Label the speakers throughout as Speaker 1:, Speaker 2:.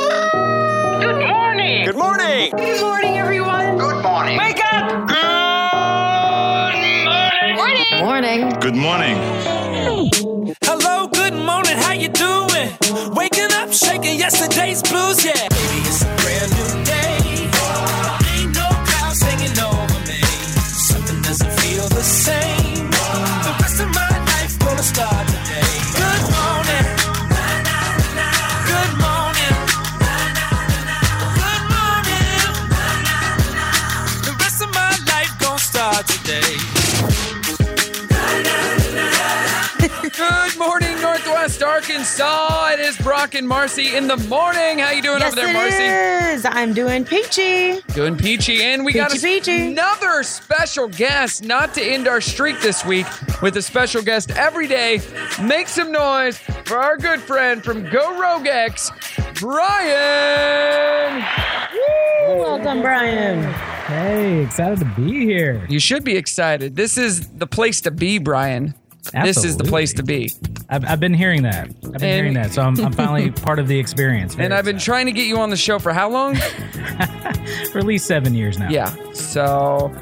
Speaker 1: Good morning.
Speaker 2: Good morning.
Speaker 3: Good morning, everyone.
Speaker 1: Good morning.
Speaker 3: Wake up.
Speaker 1: Good morning.
Speaker 4: Morning. Morning.
Speaker 5: Good morning.
Speaker 6: Hello, good morning, how you doing? Waking up, shaking yesterday's blues, yeah. Baby, it's a brand new day. Ain't no clouds hanging over me. Something doesn't feel the same. The rest of my life gonna start today. Good morning. Good morning. Good morning. The rest of my life gonna start today.
Speaker 7: Good morning, Northwest Arkansas. It is Brock and Marcy in the morning. How you doing
Speaker 3: Yes,
Speaker 7: over there, Marcy?
Speaker 3: it is. I'm doing peachy.
Speaker 7: Good and peachy, and we got a-
Speaker 3: Peachy, peachy.
Speaker 7: another special guest. Not to end our streak this week with a special guest every day. Make some noise for our good friend from Go Rogue X, Brian.
Speaker 3: Welcome, Brian.
Speaker 8: Hey, excited to be here.
Speaker 7: You should be excited. This is the place to be, Brian. This is the
Speaker 8: Absolutely.
Speaker 7: place to be.
Speaker 8: I've, I've been hearing that. I've been hearing that. So I'm, I'm finally part of the experience.
Speaker 7: And I've been trying to get you on the show for how long?
Speaker 8: trying for at least seven years now.
Speaker 7: Yeah. So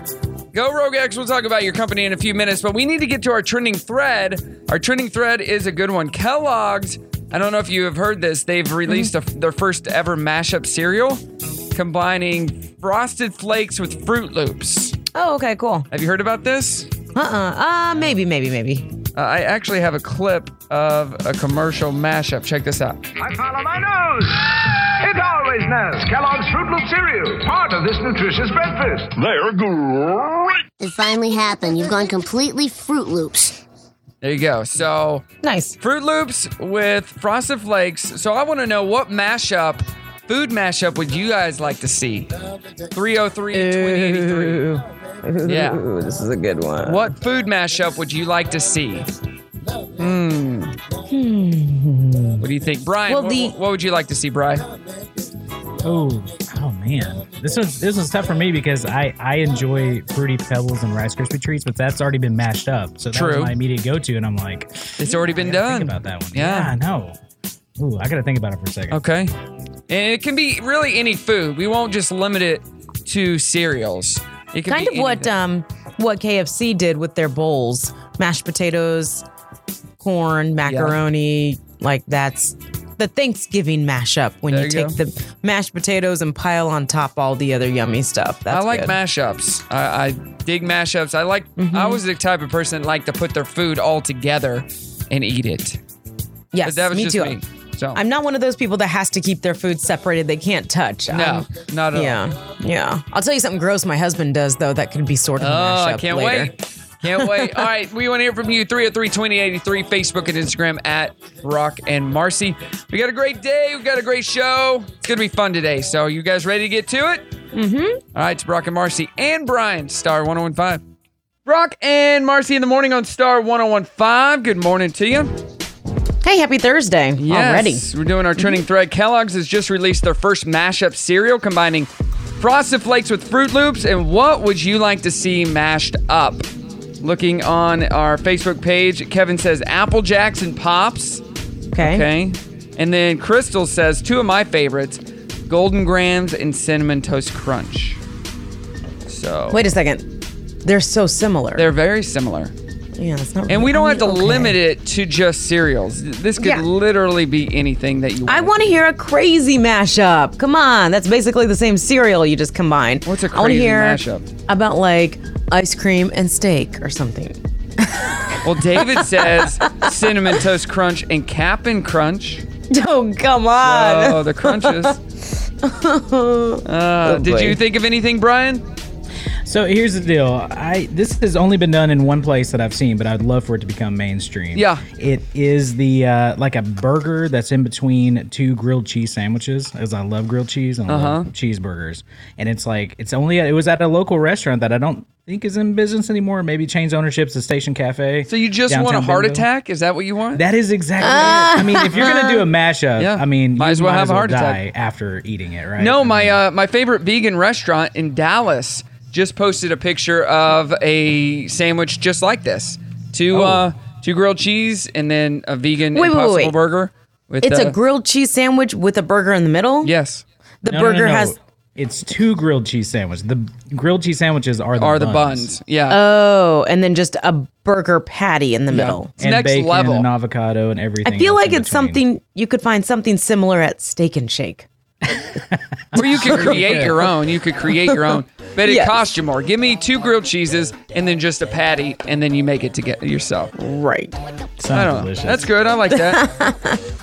Speaker 7: go Rogue X. We'll talk about your company in a few minutes, but we need to get to our trending thread. Our trending thread is a good one. Kellogg's. I don't know if you have heard this. They've released a, their first ever mashup cereal combining frosted flakes with Fruit Loops.
Speaker 3: Oh, okay, cool.
Speaker 7: Have you heard about this?
Speaker 3: Uh uh. Uh, maybe, maybe, maybe.
Speaker 7: Uh, I actually have a clip of a commercial mashup. Check this out.
Speaker 9: I follow my nose. It always knows. Kellogg's Fruit Loop cereal, part of this nutritious breakfast.
Speaker 5: They're great.
Speaker 10: It finally happened. You've gone completely Fruit Loops.
Speaker 7: There you go. So
Speaker 3: Nice.
Speaker 7: Fruit Loops with Frosted Flakes. So I want to know what mashup, food mashup, would you guys like to see? 303 2083. Yeah.
Speaker 3: Ooh, this is a good one.
Speaker 7: What food mashup would you like to see? Hmm. What do you think, Brian?
Speaker 3: Well,
Speaker 7: what,
Speaker 3: the-
Speaker 7: what would you like to see, Brian?
Speaker 8: Oh, oh man, this was this was tough for me because I I enjoy fruity pebbles and rice crispy treats, but that's already been mashed up. So that
Speaker 7: True.
Speaker 8: was my immediate go to, and I'm like,
Speaker 7: It's already been done.
Speaker 8: think about that one.
Speaker 7: Yeah.
Speaker 8: I know. Ooh, I gotta think about it for a second.
Speaker 7: Okay. And it can be really any food. We won't just limit it to cereals. It can
Speaker 3: Kind
Speaker 7: be
Speaker 3: of what
Speaker 7: anything.
Speaker 3: um what KFC did with their bowls: mashed potatoes, corn, macaroni. Like that's the Thanksgiving mashup when
Speaker 7: There
Speaker 3: you
Speaker 7: you
Speaker 3: take
Speaker 7: go.
Speaker 3: the mashed potatoes and pile on top all the other yummy stuff. That's
Speaker 7: I like
Speaker 3: good. Mm-hmm.
Speaker 7: mashups. I, I dig mashups. I like. I was the type of person that liked to put their food all together and eat it.
Speaker 3: Yes,
Speaker 7: But that was
Speaker 3: me
Speaker 7: just
Speaker 3: too.
Speaker 7: me. So
Speaker 3: Oh. I'm not one of those people that has to keep their food separated. They can't touch.
Speaker 7: no,
Speaker 3: I'm-
Speaker 7: not at all.
Speaker 3: yeah. Yeah. I'll tell you something gross my husband does, though, that could be sort of a
Speaker 7: Oh, I
Speaker 3: mashup
Speaker 7: can't
Speaker 3: later.
Speaker 7: wait. Can't wait. All right. We want to hear from you 303 2083, Facebook and Instagram at Rock and Marcy. We got a great day. We've got a great show. It's going to be fun today. So, you guys ready to get to it? Mm-hmm. All right. It's Brock and Marcy and Brian, Star 1015. Brock and Marcy in the morning on Star 1015. Good morning to you.
Speaker 3: Hey, happy Thursday already. Mm-hmm.
Speaker 7: Yes, We're doing our trending thread. Kellogg's has just released their first mashup cereal combining Frosted Flakes with Fruit Loops. And what would you like to see mashed up? Looking on our Facebook page, Kevin says Apple Jacks and Pops.
Speaker 3: Okay.
Speaker 7: Okay. And then Crystal says two of my favorites Golden Grams and Cinnamon Toast Crunch. So
Speaker 3: Wait a second. They're so similar.
Speaker 7: they're very similar.
Speaker 3: yeah, it's not
Speaker 7: And we don't have to
Speaker 3: okay.
Speaker 7: limit it to just cereals. This could
Speaker 3: Yeah.
Speaker 7: literally be anything that you want.
Speaker 3: I want to hear a crazy mashup. Come on. That's basically the same cereal you just combined.
Speaker 7: What's a
Speaker 3: I wanna
Speaker 7: crazy
Speaker 3: hear
Speaker 7: mashup?
Speaker 3: About like ice cream and steak or something.
Speaker 7: Well, David says cinnamon toast crunch and Cap'n Crunch.
Speaker 3: Oh, come on.
Speaker 7: Oh, the crunches. Uh, did
Speaker 3: Oh, boy.
Speaker 7: you think of anything, Brian?
Speaker 8: So here's the deal. I this has only been done in one place that I've seen, but I'd love for it to become mainstream.
Speaker 7: Yeah.
Speaker 8: It is the uh, like a burger that's in between two grilled cheese sandwiches, as I love grilled cheese and I love
Speaker 7: Uh-huh.
Speaker 8: cheeseburgers. And it's like it's only it was at a local restaurant that I don't think is in business anymore. Maybe changed ownership to Station Cafe.
Speaker 7: So you just want a
Speaker 8: downtown
Speaker 7: heart
Speaker 8: Bentonville.
Speaker 7: attack? Is that what you want?
Speaker 8: That is exactly. it. I mean, if you're gonna do a mashup,
Speaker 7: Yeah.
Speaker 8: I mean,
Speaker 7: Might
Speaker 8: you
Speaker 7: as well have a heart attack.
Speaker 8: die after eating it, right?
Speaker 7: no, my uh, my favorite vegan restaurant in Dallas just posted a picture of a sandwich
Speaker 8: Oh.
Speaker 7: just like this. Two uh, two grilled cheese and then a vegan
Speaker 3: Wait, wait,
Speaker 7: impossible
Speaker 3: wait.
Speaker 7: burger. With
Speaker 3: It's
Speaker 7: uh,
Speaker 3: a grilled cheese sandwich with a burger in the middle.
Speaker 7: Yes,
Speaker 3: The
Speaker 8: No, no,
Speaker 3: burger
Speaker 8: no, no.
Speaker 3: has.
Speaker 8: It's two grilled cheese sandwiches. The grilled cheese sandwiches are the
Speaker 7: are the
Speaker 8: buns.
Speaker 7: buns? Yeah.
Speaker 3: Oh, and then just a burger patty in the middle.
Speaker 7: It's
Speaker 8: and
Speaker 7: next
Speaker 8: bacon
Speaker 7: level.
Speaker 8: and avocado and everything.
Speaker 3: I feel
Speaker 8: else
Speaker 3: like
Speaker 8: in
Speaker 3: it's
Speaker 8: between.
Speaker 3: something you could find something similar at Steak and Shake.
Speaker 7: Or you could create your own. You could create your own, but it
Speaker 3: Yes.
Speaker 7: costs you more. Give me two grilled cheeses and then just a patty, and then you make it together yourself.
Speaker 3: Right.
Speaker 8: Sounds
Speaker 7: I don't know.
Speaker 8: delicious.
Speaker 7: That's good. I like that.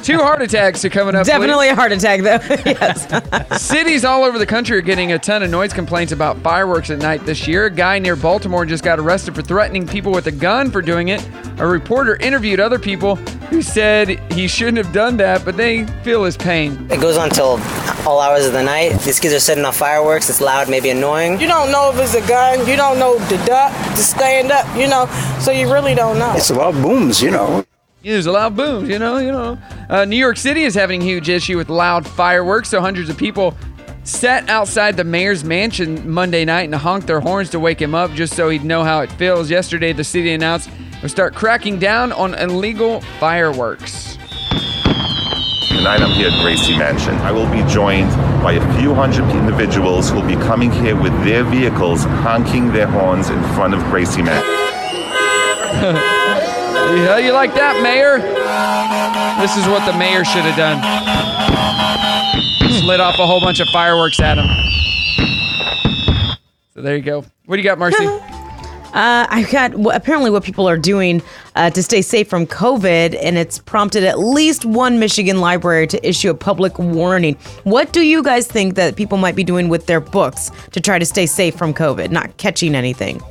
Speaker 7: two heart attacks are coming up.
Speaker 3: Definitely a heart attack though. yes.
Speaker 7: Cities all over the country are getting a ton of noise complaints about fireworks at night this year. A guy near Baltimore just got arrested for threatening people with a gun for doing it. A reporter interviewed other people who said he shouldn't have done that, but they feel his pain.
Speaker 2: It goes on till all hours of the night. These kids are setting off fireworks. It's loud, maybe annoying.
Speaker 4: You don't know if it's a gun. You don't know the duck, to stand up, you know. So you really don't know.
Speaker 5: It's about booms, you know.
Speaker 7: Yeah, There's a loud boom, you know, you know. Uh, New York City is having a huge issue with loud fireworks, so hundreds of people sat outside the mayor's mansion Monday night and honked their horns to wake him up just so he'd know how it feels. Yesterday, the city announced it would start cracking down on illegal fireworks.
Speaker 11: Tonight I'm here at Gracie Mansion. I will be joined by a few hundred individuals who will be coming here with their vehicles honking their horns in front of Gracie Mansion.
Speaker 7: Yeah, you like that, Mayor? This is what the mayor should have done. Just lit off a whole bunch of fireworks at him. So there you go. What do you got, Marcy?
Speaker 3: Uh, I've got wh- apparently what people are doing uh, to stay safe from COVID, and it's prompted at least one Michigan library to issue a public warning. What do you guys think that people might be doing with their books to try to stay safe from COVID, not catching anything?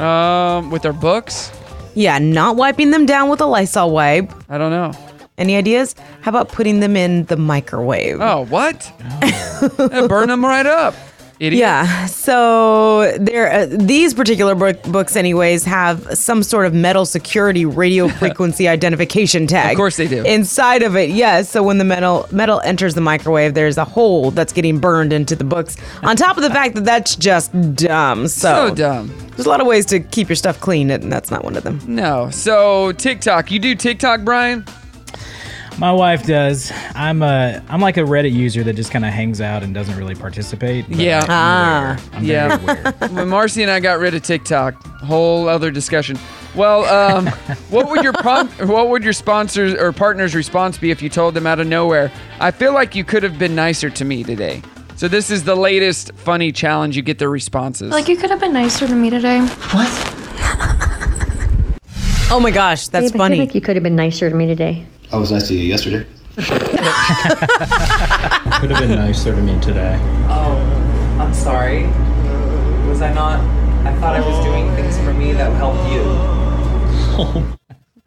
Speaker 7: Um, with their books?
Speaker 3: Yeah, not wiping them down with a Lysol wipe.
Speaker 7: I don't know.
Speaker 3: Any ideas? How about putting them in the microwave?
Speaker 7: Oh, what? That'd burn them right up. Idiot.
Speaker 3: Yeah. So there, uh, these particular book, books, anyways, have some sort of metal security radio frequency identification tag.
Speaker 7: Of course they do.
Speaker 3: Inside of it, yes. So when the metal metal enters the microwave, there's a hole that's getting burned into the books. On top of the fact that that's just dumb. So,
Speaker 7: So dumb.
Speaker 3: There's a lot of ways to keep your stuff clean, and that's not one of them.
Speaker 7: No. So TikTok, you do TikTok, Brian?
Speaker 8: My wife does. I'm a I'm like a Reddit user that just kind of hangs out and doesn't really participate. but
Speaker 7: Yeah.
Speaker 3: Ah.
Speaker 8: I'm
Speaker 7: Yeah.
Speaker 8: very aware.
Speaker 7: When Marcy and I got rid of TikTok, whole other discussion. Well, um, what would your prom- what would your sponsors or partner's response be if you told them out of nowhere? I feel like you could have been nicer to me today. So this is the latest funny challenge. You get their responses.
Speaker 11: you could have been nicer to me today.
Speaker 3: Oh my gosh, that's funny.
Speaker 11: you could have been nicer to me today.
Speaker 2: I was nice to you yesterday.
Speaker 8: Could have been nicer to me today.
Speaker 2: I'm sorry. Was I not? I thought I was doing things for me that helped you.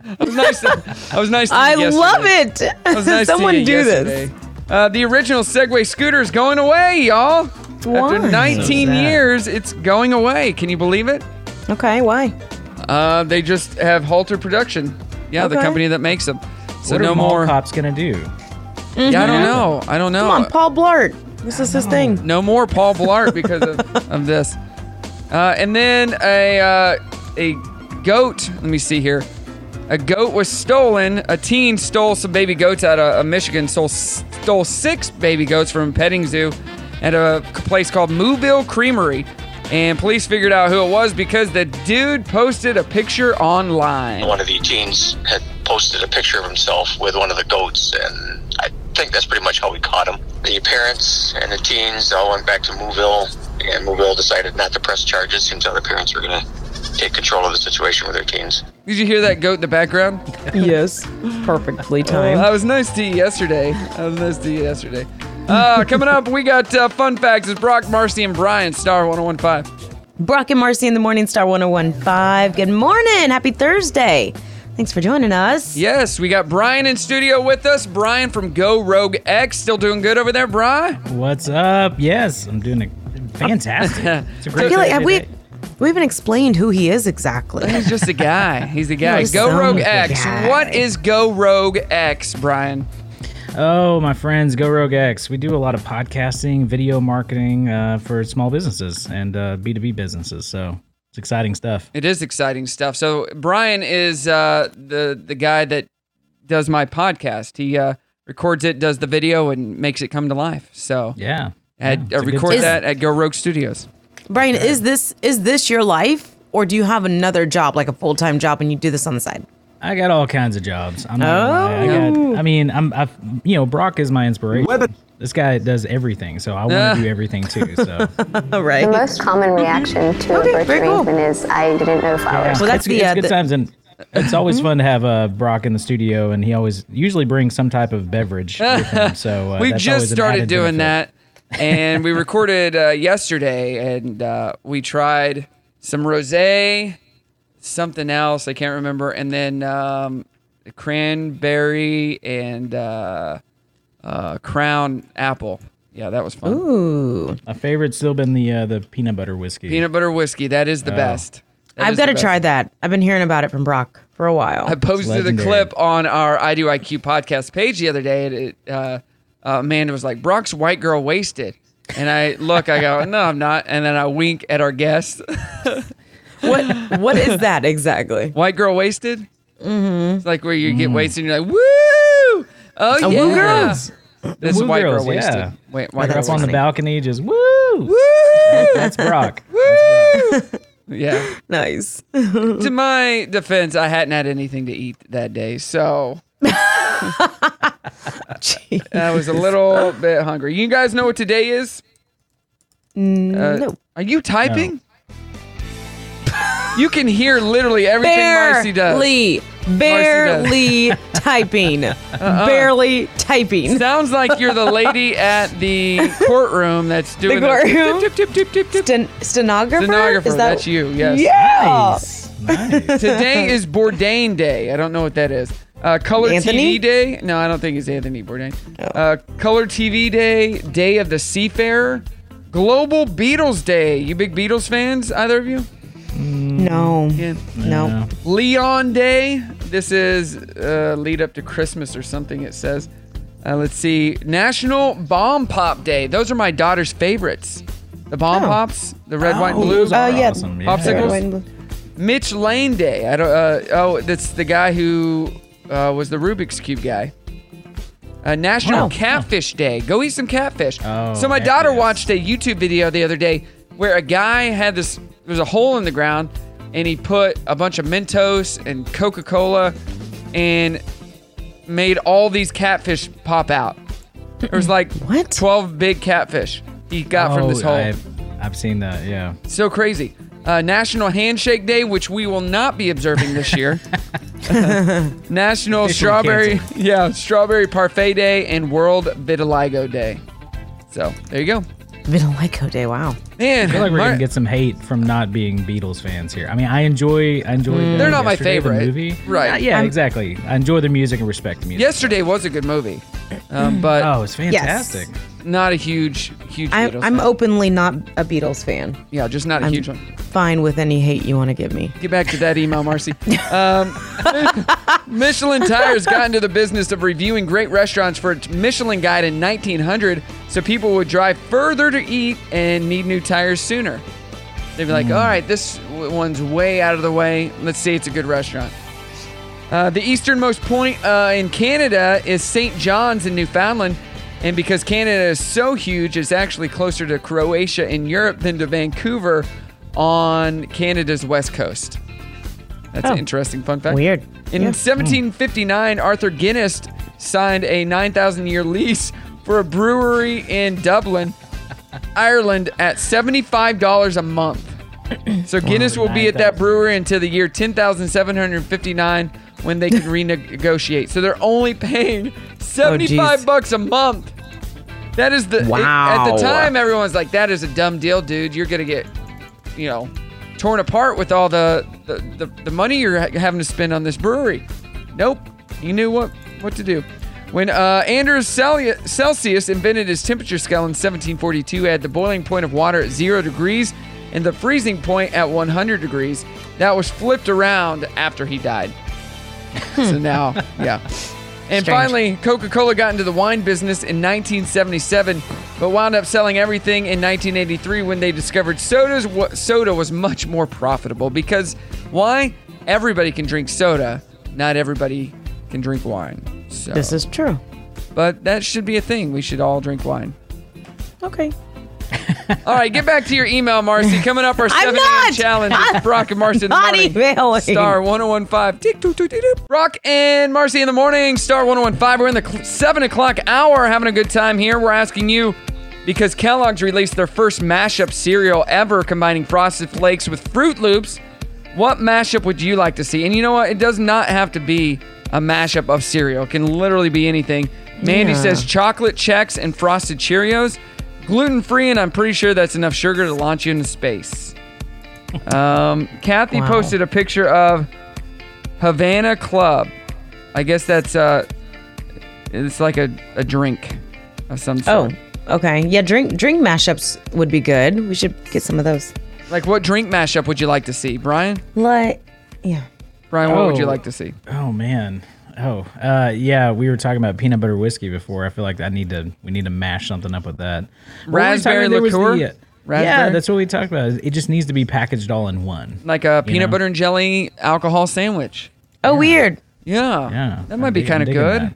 Speaker 7: I was nice. To, I was nice. To you
Speaker 3: I love
Speaker 7: yesterday.
Speaker 3: it.
Speaker 7: I was nice to
Speaker 3: Someone
Speaker 7: you
Speaker 3: do
Speaker 7: yesterday.
Speaker 3: this.
Speaker 7: Uh, the original Segway scooter is going away, y'all.
Speaker 3: Why?
Speaker 7: After 19
Speaker 8: So sad.
Speaker 7: years, it's going away. Can you believe it?
Speaker 3: Okay, why?
Speaker 7: Uh, they just have halted production. Yeah, the
Speaker 3: Okay.
Speaker 7: company that makes them. So
Speaker 8: what
Speaker 7: no
Speaker 8: are mall
Speaker 7: more.
Speaker 8: cops gonna do?
Speaker 7: Yeah, I don't know. I don't know.
Speaker 3: Come on, Paul Blart. This is
Speaker 7: uh,
Speaker 3: his thing.
Speaker 7: No more Paul Blart because of, of this. Uh, and then a uh, a goat. Let me see here. A goat was stolen. A teen stole some baby goats out of, of Michigan. Stole stole six baby goats from a petting zoo at a place called Mooville Creamery. And police figured out who it was because the dude posted a picture online.
Speaker 11: One of the teens had posted a picture of himself with one of the goats, and I think that's pretty much how we caught him. The parents and the teens all went back to Mooville, and Mooville decided not to press charges. Seems other parents were going to take control of the situation with their teens.
Speaker 7: Did you hear that goat in the background?
Speaker 3: yes, perfectly timed.
Speaker 7: I was nice to you yesterday. I was nice to you yesterday. Uh, coming up, we got uh, fun facts. It's Brock, Marcy, and Brian, Star 1015.
Speaker 3: Brock and Marcy in the Morning Star 1015. Good morning. Happy Thursday. Thanks for joining us.
Speaker 7: Yes, we got Brian in studio with us. Brian from Go Rogue X. Still doing good over there, Brian?
Speaker 8: What's up? Yes, I'm doing a fantastic. It's a great
Speaker 3: I feel like have we
Speaker 8: Thursday.
Speaker 3: we haven't explained who he is exactly.
Speaker 7: He's just a guy. He's a guy.
Speaker 3: He's
Speaker 7: Go
Speaker 3: some
Speaker 7: Rogue
Speaker 3: of the
Speaker 7: X.
Speaker 3: guy.
Speaker 7: What is Go Rogue X, Brian?
Speaker 8: Oh, my friends, Go Rogue X. We do a lot of podcasting, video marketing uh, for small businesses and uh, B2B businesses. So it's exciting stuff.
Speaker 7: It is exciting stuff. So Brian is uh, the the guy that does my podcast. He uh, records it, does the video, and makes it come to life. So
Speaker 8: Yeah.
Speaker 7: I'd,
Speaker 8: Yeah, it's a
Speaker 7: uh,
Speaker 8: good
Speaker 7: record
Speaker 3: time.
Speaker 7: that at Go Rogue Studios.
Speaker 3: Brian, is this is this your life, or do you have another job, like a full time job, and you do this on the side?
Speaker 8: I got all kinds of jobs. I'm not gonna lie. I,
Speaker 3: Oh.
Speaker 8: got, I mean, I'm, I've, you know, Brock is my inspiration. This guy does everything, so I
Speaker 3: Ah.
Speaker 8: want to do everything too. So
Speaker 7: Oh,
Speaker 3: right.
Speaker 12: The most common reaction to a birth arrangement is I didn't know flowers.
Speaker 8: well, that's it's,
Speaker 7: uh,
Speaker 8: it's good times, and it's always fun to have uh, Brock in the studio, and he always usually brings some type of beverage. with him, so uh,
Speaker 7: we
Speaker 8: that's
Speaker 7: just
Speaker 8: always an
Speaker 7: started
Speaker 8: added
Speaker 7: doing
Speaker 8: benefit.
Speaker 7: that, and we recorded uh, yesterday, and uh, we tried some rosé, something else I can't remember, and then um, cranberry and uh, uh, crown apple. Yeah, that was fun.
Speaker 3: Ooh,
Speaker 8: my favorite's still been the uh, the peanut butter whiskey.
Speaker 7: Peanut butter whiskey, that is the
Speaker 8: Oh.
Speaker 7: best. That
Speaker 3: I've
Speaker 7: is
Speaker 3: got
Speaker 7: the
Speaker 3: to
Speaker 7: best.
Speaker 3: try that. I've been hearing about it from Brock for a while.
Speaker 7: I posted a clip on our I Do IQ podcast page the other day, and it, uh, uh, Amanda was like, "Brock's white girl wasted," and I look, I go, "No, I'm not," and then I wink at our guest.
Speaker 3: what What is that exactly?
Speaker 7: White girl wasted.
Speaker 3: Mm-hmm.
Speaker 7: It's like where you
Speaker 8: Mm.
Speaker 7: get wasted, and you're like, "Woo!" Oh
Speaker 3: A
Speaker 7: yeah,
Speaker 3: woo girls.
Speaker 7: This
Speaker 8: Woo
Speaker 7: white
Speaker 8: girls,
Speaker 7: girl wasted.
Speaker 8: yeah.
Speaker 7: Wait,
Speaker 8: Like
Speaker 7: white girl
Speaker 8: up on the
Speaker 7: wasted.
Speaker 8: balcony, just woo,
Speaker 7: woo.
Speaker 8: That's Brock.
Speaker 7: Yeah.
Speaker 3: nice.
Speaker 7: to my defense, I hadn't had anything to eat that day, so I was a little bit hungry. You guys know what today is?
Speaker 3: Mm,
Speaker 7: Uh,
Speaker 3: no.
Speaker 7: Are you typing? you can hear literally everything Marcy does. Uh-uh.
Speaker 3: barely, barely typing, barely typing.
Speaker 7: Sounds like you're the lady at the courtroom that's doing
Speaker 3: the courtroom.
Speaker 7: tip, tip, tip, tip, tip.
Speaker 3: Sten- stenographer.
Speaker 7: Stenographer,
Speaker 3: Is that-
Speaker 7: that's you, yes.
Speaker 3: Yeah.
Speaker 7: Today is Bourdain Day. I don't know what that is. Uh, color
Speaker 3: Anthony? Oh.
Speaker 7: TV Day. No, I don't think it's Anthony Bourdain. Uh, color TV Day. Day of the Seafarer. Global Beatles Day. You big Beatles fans? Either of you?
Speaker 3: No. No. Uh,
Speaker 7: Leon Day. This is uh, lead up to Christmas or something. It says. Uh, let's see. National Bomb Pop Day. Those are my daughter's favorites. The bomb
Speaker 3: Oh.
Speaker 7: pops, the red, white, and blue.
Speaker 3: Oh, yeah.
Speaker 7: Popsicles.
Speaker 3: Red, white, and blue.
Speaker 7: Mitch Lane Day. I don't. Uh, oh, that's the guy who uh, was the Rubik's Cube guy. Uh, National
Speaker 3: Wow.
Speaker 7: Catfish Day. Go eat some catfish.
Speaker 8: Oh,
Speaker 7: so my
Speaker 8: heck
Speaker 7: daughter
Speaker 8: yes.
Speaker 7: watched a YouTube video the other day where a guy had this. There was a hole in the ground, and he put a bunch of Mentos and Coca Cola, and made all these catfish pop out. There was like
Speaker 3: what?
Speaker 7: Twelve big catfish he got from this
Speaker 8: Oh,
Speaker 7: hole.
Speaker 8: I've, I've seen that. Yeah.
Speaker 7: So crazy. Uh, National Handshake Day, which we will not be observing this year. National
Speaker 8: Officially
Speaker 7: Strawberry, yeah, Strawberry Parfait Day and World Vitiligo Day. So there you go.
Speaker 3: Vitiligo Day. Wow.
Speaker 7: Man,
Speaker 8: I feel like we're
Speaker 7: Mar-
Speaker 8: gonna get some hate from not being Beatles fans here. I mean, I enjoy, I enjoy. the-
Speaker 7: They're not my
Speaker 8: yesterday, the
Speaker 7: favorite.
Speaker 8: movie.
Speaker 7: Right.
Speaker 8: Uh, yeah,
Speaker 7: Mm. I'm-
Speaker 8: exactly. I enjoy the music and respect the music.
Speaker 7: yesterday was a good movie, um, but
Speaker 8: Oh, it's fantastic.
Speaker 7: Not a huge, huge.
Speaker 3: I,
Speaker 7: Beatles
Speaker 3: I'm
Speaker 7: fan.
Speaker 3: openly not a Beatles fan.
Speaker 7: Yeah, just not a
Speaker 3: I'm
Speaker 7: huge one.
Speaker 3: Fine with any hate you want to give me.
Speaker 7: Get back to that email, Marcy. Um, Michelin Tires got into the business of reviewing great restaurants for its Michelin Guide in 1900, so people would drive further to eat and need new tires sooner. They'd be like, all right, this w- one's way out of the way. Let's say it's a good restaurant. Uh, the easternmost point uh, in Canada is St. John's in Newfoundland. And because Canada is so huge, it's actually closer to Croatia in Europe than to Vancouver on Canada's west coast. That's
Speaker 3: Oh.
Speaker 7: an interesting fun fact.
Speaker 3: Weird.
Speaker 7: In
Speaker 3: Yeah.
Speaker 7: 1759, Arthur Guinness signed a 9,000 year lease for a brewery in Dublin, Ireland, at $75 a month. So Guinness will be at that brewery until the year 10,759 when they can renegotiate. So they're only paying
Speaker 3: Oh,
Speaker 7: 75 bucks a month. That is the it- at
Speaker 3: Wow.
Speaker 7: the time everyone's like that is a dumb deal, dude. You're going to get you know torn apart with all the the, the, the money you're ha- having to spend on this brewery. Nope. He knew what what to do. When uh, Anders Celia- Celsius invented his temperature scale in 1742, he had the boiling point of water at zero degrees and the freezing point at 100 degrees. That was flipped around after he died. so now, yeah. Hmm. And
Speaker 3: Strange.
Speaker 7: finally, Coca Cola got into the wine business in 1977, but wound up selling everything in 1983 when they discovered sodas. wa- Soda was much more profitable because why? Everybody can drink soda, not everybody can can drink wine. So,
Speaker 3: This is true.
Speaker 7: but that should be a thing. We should all drink wine.
Speaker 3: Okay.
Speaker 7: All right, get back to your email, Marcy. Coming up, our 7 a.m.
Speaker 3: I'm not-
Speaker 7: challenge with Brock and Marcy in the
Speaker 3: Not
Speaker 7: morning.
Speaker 3: emailing.
Speaker 7: Star 1015. Tick, toot, toot, toot, toot. Brock and Marcy in the morning. Star 1015. We're in the cl- 7 o'clock hour having a good time here. We're asking you because Kellogg's released their first mashup cereal ever combining Frosted Flakes with Fruit Loops. What mashup would you like to see? And you know what? It does not have to be a mashup of cereal, it can literally be anything. Mandy
Speaker 13: Yeah.
Speaker 7: says chocolate checks and frosted Cheerios. Gluten free, and I'm pretty sure that's enough sugar to launch you into space. Um, Kathy
Speaker 13: Wow.
Speaker 7: posted a picture of Havana Club. I guess that's uh, it's like a, a drink of some
Speaker 3: Oh,
Speaker 7: sort.
Speaker 3: okay. Yeah, drink drink mashups would be good. We should get some of those.
Speaker 7: Like what drink mashup would you like to see, Brian?
Speaker 3: Like, yeah.
Speaker 7: Brian, what would you
Speaker 8: Oh.
Speaker 7: like to see?
Speaker 8: Oh man. Oh, uh, yeah. We were talking about peanut butter whiskey before. I feel like I need to. We need to mash something up with that. What were we
Speaker 7: Raspberry
Speaker 8: talking- there was
Speaker 7: liqueur?
Speaker 8: the, uh, Yeah,
Speaker 7: Raspberry?
Speaker 8: that's what we talked about. It just needs to be packaged all in one.
Speaker 7: Like a
Speaker 8: You
Speaker 7: peanut
Speaker 8: know?
Speaker 7: butter and jelly alcohol sandwich.
Speaker 3: Oh, weird.
Speaker 7: Yeah.
Speaker 8: Yeah.
Speaker 7: That might be
Speaker 8: dig- I'm
Speaker 7: kind of
Speaker 8: digging
Speaker 7: good.
Speaker 8: that.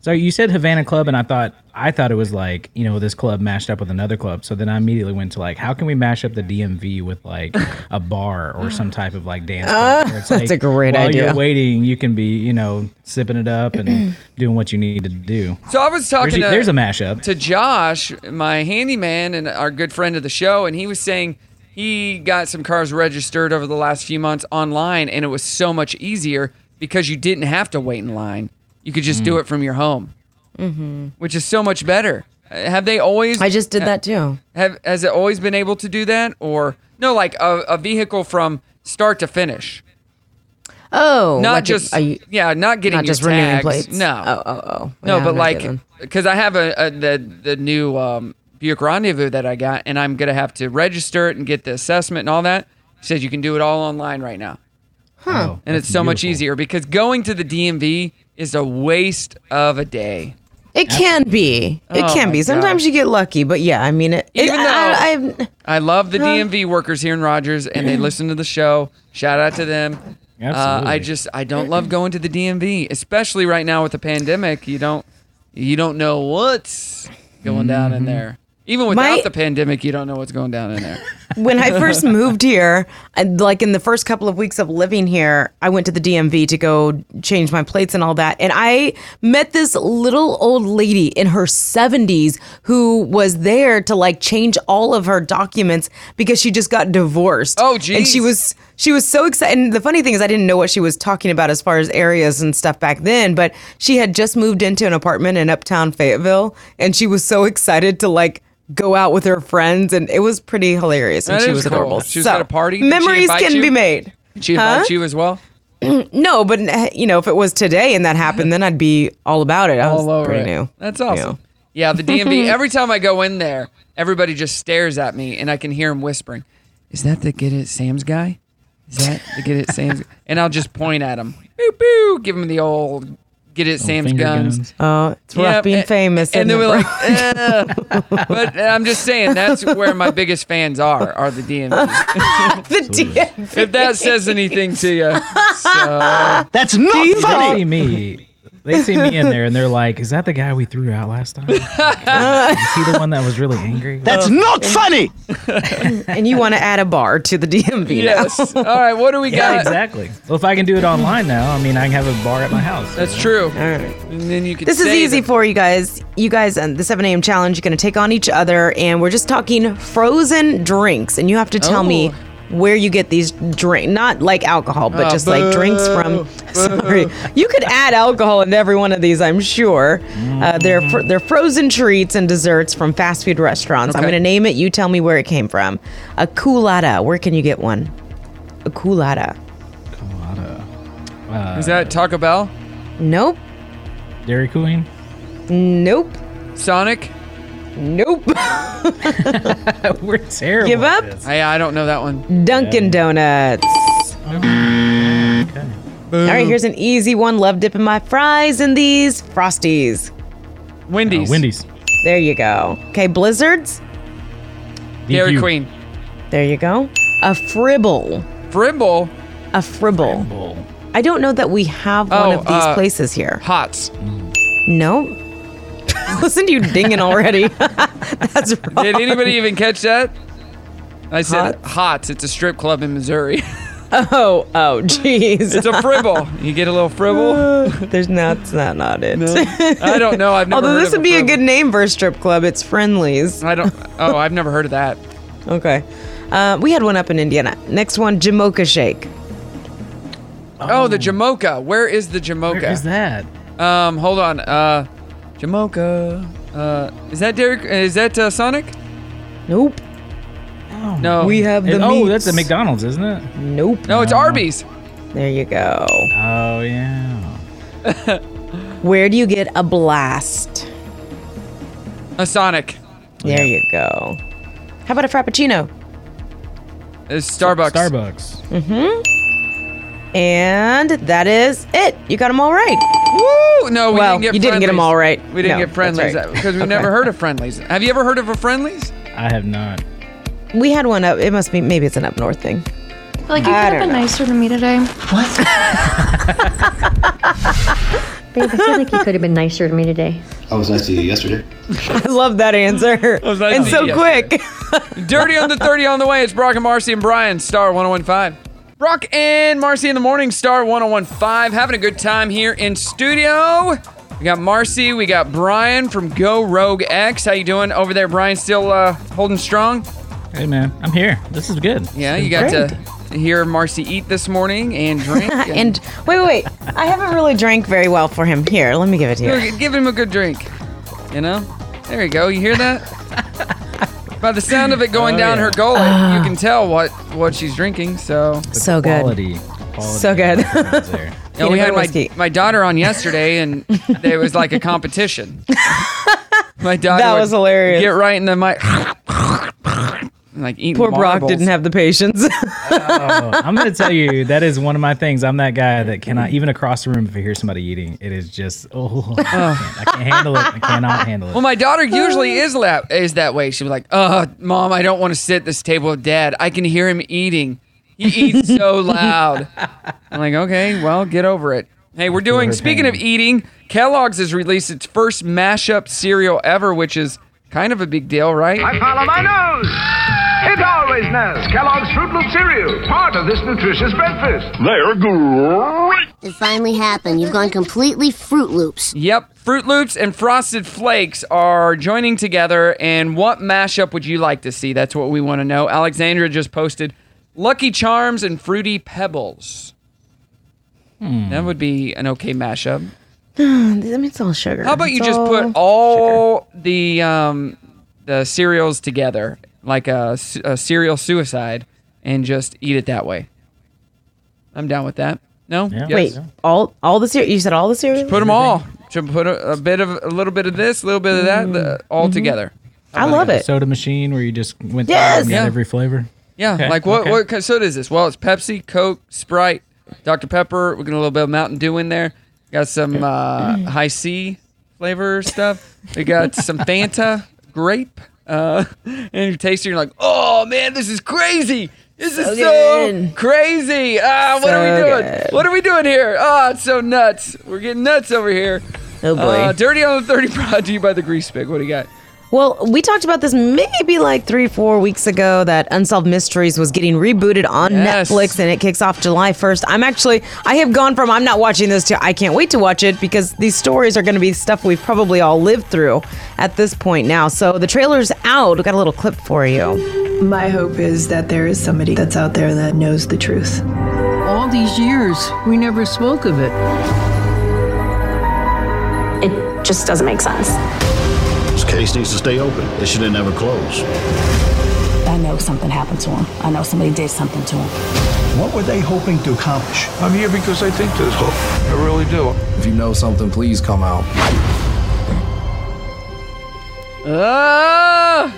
Speaker 8: So you said Havana Club, and I thought I thought it was like you know this club mashed up with another club. So then I immediately went to like, how can we mash up the DMV with like a bar or some type of like dance? club
Speaker 3: Ah,
Speaker 8: where it's,
Speaker 3: that's a great
Speaker 8: while
Speaker 3: idea.
Speaker 8: You're waiting, you can be you know sipping it up and doing what you need to do.
Speaker 7: So I was talking
Speaker 8: There's,
Speaker 7: to,
Speaker 8: a- there's a mashup.
Speaker 7: to Josh, my handyman and our good friend of the show, and he was saying he got some cars registered over the last few months online, and it was so much easier because you didn't have to wait in line. You could just do it from your home,
Speaker 3: Mm. Mm-hmm.
Speaker 7: which is so much better. Uh, Have they always?
Speaker 3: I just did that too.
Speaker 7: Have has it always been able to do that, or no? Like a, a vehicle from start to finish,
Speaker 3: Oh,
Speaker 7: not
Speaker 3: like a-
Speaker 7: just
Speaker 3: are you-
Speaker 7: yeah, not getting
Speaker 3: not
Speaker 7: your
Speaker 3: just renewing
Speaker 7: tags.
Speaker 3: plates.
Speaker 7: No,
Speaker 3: Oh, oh, oh.
Speaker 7: no,
Speaker 3: Yeah,
Speaker 7: but
Speaker 3: I'm not
Speaker 7: like,
Speaker 3: getting-
Speaker 7: because I have a, a the the new um, Buick Rendezvous that I got, and I'm gonna have to register it and get the assessment and all that. It says you can do it all online right now,
Speaker 3: Huh.
Speaker 7: and Oh, it's so much easier because going to the DMV is a waste of a day.
Speaker 3: It can be. It
Speaker 7: Oh
Speaker 3: can
Speaker 7: my
Speaker 3: be. Sometimes
Speaker 7: gosh.
Speaker 3: you get lucky, but yeah, I mean, it, it-
Speaker 7: Even though
Speaker 3: I, I,
Speaker 7: I, love the DMV workers here in Rogers, and they listen to the show. Shout out to them. Uh, I
Speaker 13: Absolutely.
Speaker 7: just I don't love going to the DMV, especially right now with the pandemic. You don't you don't know what's going down in
Speaker 3: Mhm.
Speaker 7: there. Even without
Speaker 3: My-
Speaker 7: the pandemic, you don't know what's going down in there.
Speaker 3: when I first moved here, I, like in the first couple of weeks of living here, I went to the DMV to go change my plates and all that. And I met this little old lady in her 70s who was there to like change all of her documents because she just got divorced. Oh, geez. And she was. She was so excited. And the funny thing is, I didn't know what she was talking about as far as areas and stuff back then, but she had just moved into an apartment in uptown Fayetteville. And she was so excited to like go out with her friends. And it was pretty hilarious. And
Speaker 7: That
Speaker 3: she
Speaker 7: is
Speaker 3: was
Speaker 7: cool.
Speaker 3: adorable.
Speaker 7: She was
Speaker 3: So,
Speaker 7: at a party? Did she
Speaker 3: Memories
Speaker 7: invite
Speaker 3: can
Speaker 7: you?
Speaker 3: be made.
Speaker 7: Did she invite you as well?
Speaker 3: no, but eh, you know, if it was today and that happened, then I'd be all about it. I was pretty
Speaker 7: it.
Speaker 3: new.
Speaker 7: That's awesome. Yeah, the DMV. every time I go in there, everybody just stares at me, and I can hear them whispering, "Is that the get it Sam's guy? Is that the get it Sam's?" And I'll just point at him, boo boo, give him the old get it Sam's
Speaker 3: finger
Speaker 7: guns.
Speaker 3: guns. Oh, it's rough being
Speaker 7: and-
Speaker 3: famous,
Speaker 7: And then
Speaker 3: isn't
Speaker 7: we're
Speaker 3: it,
Speaker 7: like, "Eh." but I'm just saying that's where my biggest fans are are the DMV.
Speaker 3: the DMV.
Speaker 7: if that says anything to you, so.
Speaker 3: that's not
Speaker 8: They see me. They see me in there, and they're like, "Is that the guy we threw out last time? Is he the one that was really angry?"
Speaker 3: funny. and you want to add a bar to the DMV
Speaker 7: Yes.
Speaker 3: now?
Speaker 7: All right. What do we
Speaker 8: yeah,
Speaker 7: got?
Speaker 8: exactly. Well, if I can do it online now, I mean, I can have a bar at my house.
Speaker 7: That's true. All right. And then you can.
Speaker 3: This is
Speaker 7: say
Speaker 3: easy
Speaker 7: that-
Speaker 3: for you guys. You guys and the 7 a.m. challenge, you're going to take on each other, and we're just talking frozen drinks. And you have to tell me where you get these drink, not like alcohol, but
Speaker 13: Ah,
Speaker 3: just like drinks
Speaker 13: Oh. boo.
Speaker 3: from. Sorry, you could add alcohol into every one of these, I'm sure. Uh, they're fr- they're frozen treats and desserts from fast food restaurants. I'm
Speaker 13: Okay.
Speaker 3: going to name it. You tell me where it came from. A culotta. Where can you get one? A culotta.
Speaker 7: Is that Taco Bell?
Speaker 3: Nope.
Speaker 8: Dairy Queen.
Speaker 3: Nope.
Speaker 7: Sonic?
Speaker 3: Nope.
Speaker 8: We're terrible.
Speaker 3: Give up?
Speaker 7: I, I don't know that one.
Speaker 3: Mm. Dunkin' Donuts.
Speaker 8: Uh,
Speaker 3: All
Speaker 7: Mm-hmm.
Speaker 3: right, here's an easy one. Love dipping my fries in these Frosties.
Speaker 7: Wendy's.
Speaker 8: Uh, Wendy's.
Speaker 3: There you go. Okay, Blizzards.
Speaker 7: Dairy Queen.
Speaker 3: There you go. A fribble.
Speaker 7: Fribble.
Speaker 3: A fribble. I don't know that we have one
Speaker 7: Oh,
Speaker 3: of these
Speaker 7: uh,
Speaker 3: places here.
Speaker 7: Hots.
Speaker 3: No. Listen to you dinging already. That's wrong.
Speaker 7: Did anybody even catch that? I said Hots. It's a strip club in Missouri.
Speaker 3: Oh, oh, jeez.
Speaker 7: It's a fribble. You get a little
Speaker 3: Uh,
Speaker 7: fribble.
Speaker 3: There's not. That's not, not it.
Speaker 7: I don't know. I've never.
Speaker 3: Although
Speaker 7: heard of
Speaker 3: this would be a good name for a strip club. It's Friendlies.
Speaker 7: I don't. Oh, I've never heard of that.
Speaker 3: Okay. Uh, we had one up in Indiana. Next one, Jamocha Shake.
Speaker 7: Oh, the Jamocha. Where is the Jamocha?
Speaker 3: Where is
Speaker 8: that?
Speaker 7: Um, hold on. Uh, Jamocha. Uh, is that Derek? Is that uh, Sonic?
Speaker 3: Nope.
Speaker 7: No.
Speaker 3: We have the
Speaker 8: Oh,
Speaker 3: meats.
Speaker 8: that's at McDonald's, isn't it?
Speaker 3: Nope.
Speaker 7: No, it's Arby's.
Speaker 3: There you go.
Speaker 8: Oh yeah.
Speaker 3: Where do you get a blast?
Speaker 7: A Sonic.
Speaker 3: There you go. How about a Frappuccino?
Speaker 7: It's Starbucks.
Speaker 8: Starbucks.
Speaker 3: Mm-hmm. And that is it. You got them all right.
Speaker 7: Woo! No, we
Speaker 3: Well,
Speaker 7: didn't get.
Speaker 3: you didn't get 'em
Speaker 7: Friendlies.
Speaker 3: all right.
Speaker 7: We didn't
Speaker 3: No,
Speaker 7: get
Speaker 3: that's
Speaker 7: friendlies
Speaker 3: right.
Speaker 7: because we've never heard of friendlies. Have you ever heard of a friendlies?
Speaker 8: I have not.
Speaker 3: We had one up. It must be maybe it's an up north thing.
Speaker 13: Like you could
Speaker 3: I
Speaker 13: have
Speaker 3: don't
Speaker 13: been
Speaker 3: know.
Speaker 13: nicer to me today. What?
Speaker 14: Babe, I feel like you could have been nicer to me today.
Speaker 15: I was nice to you yesterday.
Speaker 3: I love that answer.
Speaker 7: nice
Speaker 3: and
Speaker 7: to
Speaker 3: so
Speaker 7: you.
Speaker 3: quick.
Speaker 7: Dirty on the 30 on the way. It's Brock and Marcy and Brian, Star 1015. Brock and Marcy in the morning, Star 1015. Having a good time here in studio. We got Marcy, we got Brian from Go Rogue X. How you doing over there, Brian? Still uh, holding strong?
Speaker 8: Hey man, I'm here. This is good.
Speaker 7: Yeah, you got to hear Marcy eat this morning and drink.
Speaker 3: and wait, wait, wait. I haven't really drank very well for him. Here, let me give it to you.
Speaker 7: Here, give him a good drink. You know? There you go. You hear that? By the sound of it going
Speaker 3: Oh,
Speaker 7: down
Speaker 3: yeah.
Speaker 7: her gullet, you can tell what what she's drinking. So
Speaker 3: So good. Quality. So good.
Speaker 7: Yeah,
Speaker 3: Peanut
Speaker 7: we
Speaker 3: butter
Speaker 7: had my,
Speaker 3: whiskey.
Speaker 7: my daughter on yesterday, and there was like a competition. My daughter
Speaker 3: That
Speaker 7: would
Speaker 3: was hilarious.
Speaker 7: Get right in the mic, and, like eating.
Speaker 3: Poor Brock
Speaker 7: marbles.
Speaker 3: didn't have the patience.
Speaker 8: Oh, I'm gonna tell you that is one of my things. I'm that guy that cannot even across the room if I hear somebody eating. It is just oh, I can't, I can't handle it. I cannot handle
Speaker 3: Oh
Speaker 8: it.
Speaker 7: Well, my daughter usually is that is that way. She was like, "Uh, mom, I don't want to sit at this table with dad. I can hear him eating. He eats so loud." I'm like, "Okay, well, get over it." Hey, we're doing.
Speaker 8: her
Speaker 7: Speaking of eating, Kellogg's has released its first mashup cereal ever, which is kind of a big deal, right?
Speaker 9: I follow my nose. It always knows Kellogg's Fruit Loop cereal, part of this nutritious breakfast.
Speaker 5: They're great.
Speaker 10: It finally happened. You've gone completely Fruit Loops.
Speaker 7: Yep, Fruit Loops and Frosted Flakes are joining together. And what mashup would you like to see? That's what we want to know. Alexandra just posted Lucky Charms and Fruity Pebbles. That would be an okay mashup.
Speaker 3: I mean, it's all sugar.
Speaker 7: How about you
Speaker 3: It's
Speaker 7: just
Speaker 3: all-
Speaker 7: put all the um, the cereals together, like a, c- a cereal suicide, and just eat it that way? I'm down with that. No,
Speaker 3: Wait, all all the cereal? You said all the cereal?
Speaker 7: Put them all. Should put a, a bit of a little bit of this, a little bit of that, the- all together.
Speaker 3: I love it.
Speaker 8: Soda machine where you just went
Speaker 7: Yes!
Speaker 8: through and got
Speaker 7: Yeah.
Speaker 8: every flavor.
Speaker 7: Yeah,
Speaker 8: Okay,
Speaker 7: like what
Speaker 8: okay.
Speaker 7: what kind of soda is this? Well, it's Pepsi, Coke, Sprite, Dr Pepper. We're gonna a little bit of Mountain Dew in there. Got some uh, high C flavor stuff. We got some Fanta grape. Uh, and you taste it, you're like, oh man, this is crazy. This is so,
Speaker 6: So good.
Speaker 7: crazy. Ah, what are we
Speaker 6: So
Speaker 7: doing? What are we doing here? Ah, it's so nuts. We're getting nuts over here.
Speaker 3: Oh, boy.
Speaker 7: Uh, Dirty on the 30 brought to you by the Grease Pig. What do you got?
Speaker 3: Well, we talked about this maybe like three, four weeks ago that Unsolved Mysteries was getting rebooted on
Speaker 7: Yes.
Speaker 3: Netflix and it kicks off July 1st. I'm actually, I have gone from I'm not watching this to I can't wait to watch it because these stories are going to be stuff we've probably all lived through at this point now. So the trailer's out. we got a little clip for you.
Speaker 16: My hope is that there is somebody that's out there that knows the truth.
Speaker 17: All these years, we never spoke of it.
Speaker 18: It just doesn't make sense.
Speaker 19: This case needs to stay open. It should have never closed.
Speaker 18: I know something happened to him. I know somebody did something to him.
Speaker 20: What were they hoping to accomplish? I'm here because I think there's hope. I really do. If you know something, please come out.
Speaker 7: Ah!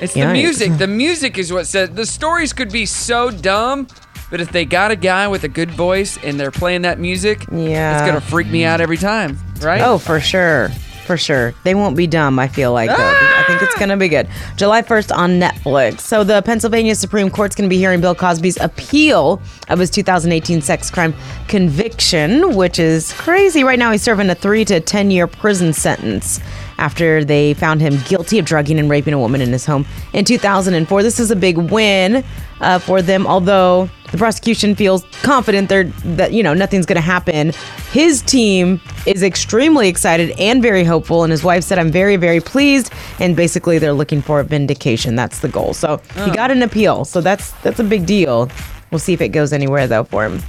Speaker 7: It's
Speaker 20: Yikes.
Speaker 7: the music. The music is what said the stories could be so dumb, but if they got a guy with a good voice and they're playing that music,
Speaker 3: Yeah.
Speaker 7: it's gonna freak me out every time, right?
Speaker 3: Oh, for sure. For sure. They won't be dumb, I feel like. though. I I think it's going to be good. July 1st on Netflix. So the Pennsylvania Supreme Court's going to be hearing Bill Cosby's appeal of his 2018 sex crime conviction, which is crazy. Right now, he's serving a three to 10 year prison sentence after they found him guilty of drugging and raping a woman in his home in 2004. This is a big win uh, for them, although the prosecution feels confident they're, that you know nothing's going to happen. His team is extremely excited and very hopeful, and his wife said, "I'm very, very pleased." And basically, they're looking for a vindication. That's the goal. So he
Speaker 15: Oh.
Speaker 3: got an appeal, so that's that's a big deal. We'll see if it goes anywhere though for him.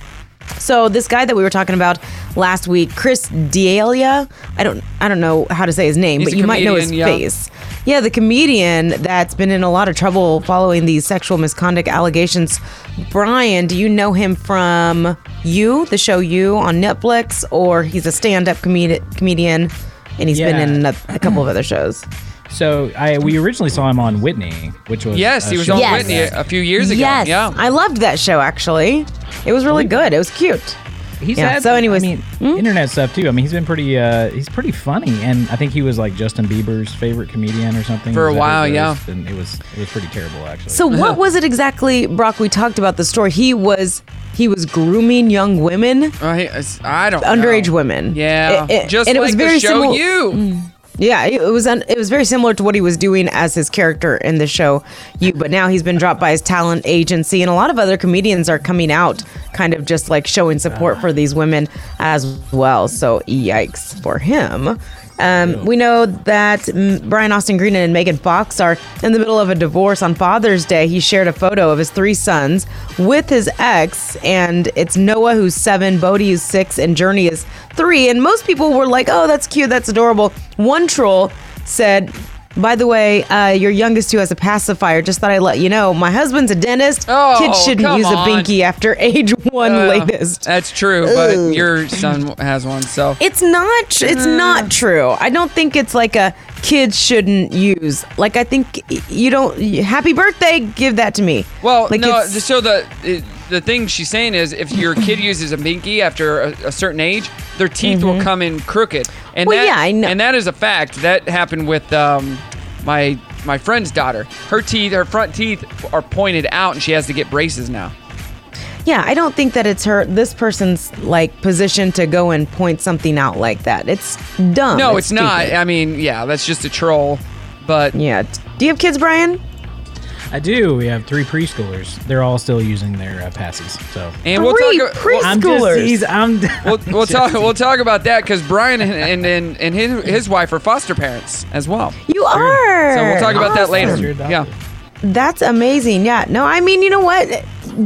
Speaker 3: So this guy that we were talking about last week, Chris D'Elia, I don't I don't know how to say his name,
Speaker 15: He's
Speaker 3: but
Speaker 15: a
Speaker 3: you might know his
Speaker 15: comedian, yeah.
Speaker 3: face. Yeah, the comedian that's been in a lot of trouble following these sexual misconduct allegations. Brian, do you know him from You, the show You on Netflix, or he's a stand-up comedi- comedian and he's been
Speaker 8: Yeah.
Speaker 3: in a, a couple of other shows.
Speaker 8: So I we originally saw him on Whitney, which was uh,
Speaker 7: Yes,
Speaker 8: a
Speaker 7: he was
Speaker 8: show
Speaker 7: on
Speaker 8: that-
Speaker 7: Whitney a few years ago.
Speaker 3: Yes,
Speaker 7: Yeah.
Speaker 3: I loved that show actually. It was really good. It was cute.
Speaker 8: He's
Speaker 3: yeah.
Speaker 8: had,
Speaker 3: so anyways, hmm?
Speaker 8: I mean, internet stuff too. I mean, he's been pretty uh he's pretty funny, and I think he was like Justin Bieber's favorite comedian or something
Speaker 7: For a
Speaker 8: Was that
Speaker 7: while,
Speaker 8: his
Speaker 7: yeah.
Speaker 8: list? And it was it was pretty terrible actually.
Speaker 3: So what was it exactly, Brock? We talked about the story. He was he was grooming young women,
Speaker 7: I don't
Speaker 3: underage women.
Speaker 7: Yeah, just
Speaker 3: and
Speaker 7: like the show
Speaker 3: simil-
Speaker 7: You.
Speaker 3: Mm. Yeah, it was un- it was very similar to what he was doing as his character in the show You. But now he's been dropped by his talent agency, and a lot of other comedians are coming out, kind of just like showing support for these women as well. So yikes for him. Um, we know that mm, Brian Austin Green and Megan Fox are in the middle of a divorce. On Father's Day, he shared a photo of his three sons with his ex, and it's Noah who's seven, Bodie who's six, and Journey is three. And most people were like, "Oh, that's cute, that's adorable." One troll said, "By the way, uh, your youngest who has a pacifier. Just thought I'd let you know, my husband's a dentist. Kids shouldn't
Speaker 7: Oh, come
Speaker 3: use
Speaker 7: on.
Speaker 3: a binky after age one
Speaker 7: Uh,
Speaker 3: latest."
Speaker 7: That's true, but
Speaker 3: Ugh.
Speaker 7: your son has one, so
Speaker 3: It's not. tr- It's
Speaker 7: Mm.
Speaker 3: not true. I don't think it's like a kids shouldn't use. Like I think y- you don't. y- Happy birthday. Give that to me.
Speaker 7: Well,
Speaker 3: like
Speaker 7: no.
Speaker 3: it's-
Speaker 7: So the it- the thing she's saying is, if your kid uses a binky after a, a certain age, their teeth will
Speaker 3: Mhm.
Speaker 7: come in crooked. And
Speaker 3: Well,
Speaker 7: that,
Speaker 3: yeah, I know.
Speaker 7: And that is a fact. That happened with um, my my friend's daughter. Her teeth, her front teeth, are pointed out, and she has to get braces now.
Speaker 3: yeah, I don't think that it's her. This person's like position to go and point something out like that. It's dumb.
Speaker 7: no, it's, not.
Speaker 3: stupid.
Speaker 7: I mean, yeah, that's just a troll. But
Speaker 3: yeah, do you have kids, Brian?
Speaker 8: I do. We have three preschoolers. They're all still using their uh, passes. So
Speaker 7: And we'll
Speaker 8: Three
Speaker 7: talk. we'll-
Speaker 8: I'm just teasing. I'm
Speaker 7: we'll, we'll talk. We'll talk about that because Brian and and and, and his, his wife are foster parents as well.
Speaker 3: You are.
Speaker 7: So we'll talk about that later.
Speaker 3: Awesome.
Speaker 7: Yeah.
Speaker 3: That's amazing. Yeah. No, I mean, you know what?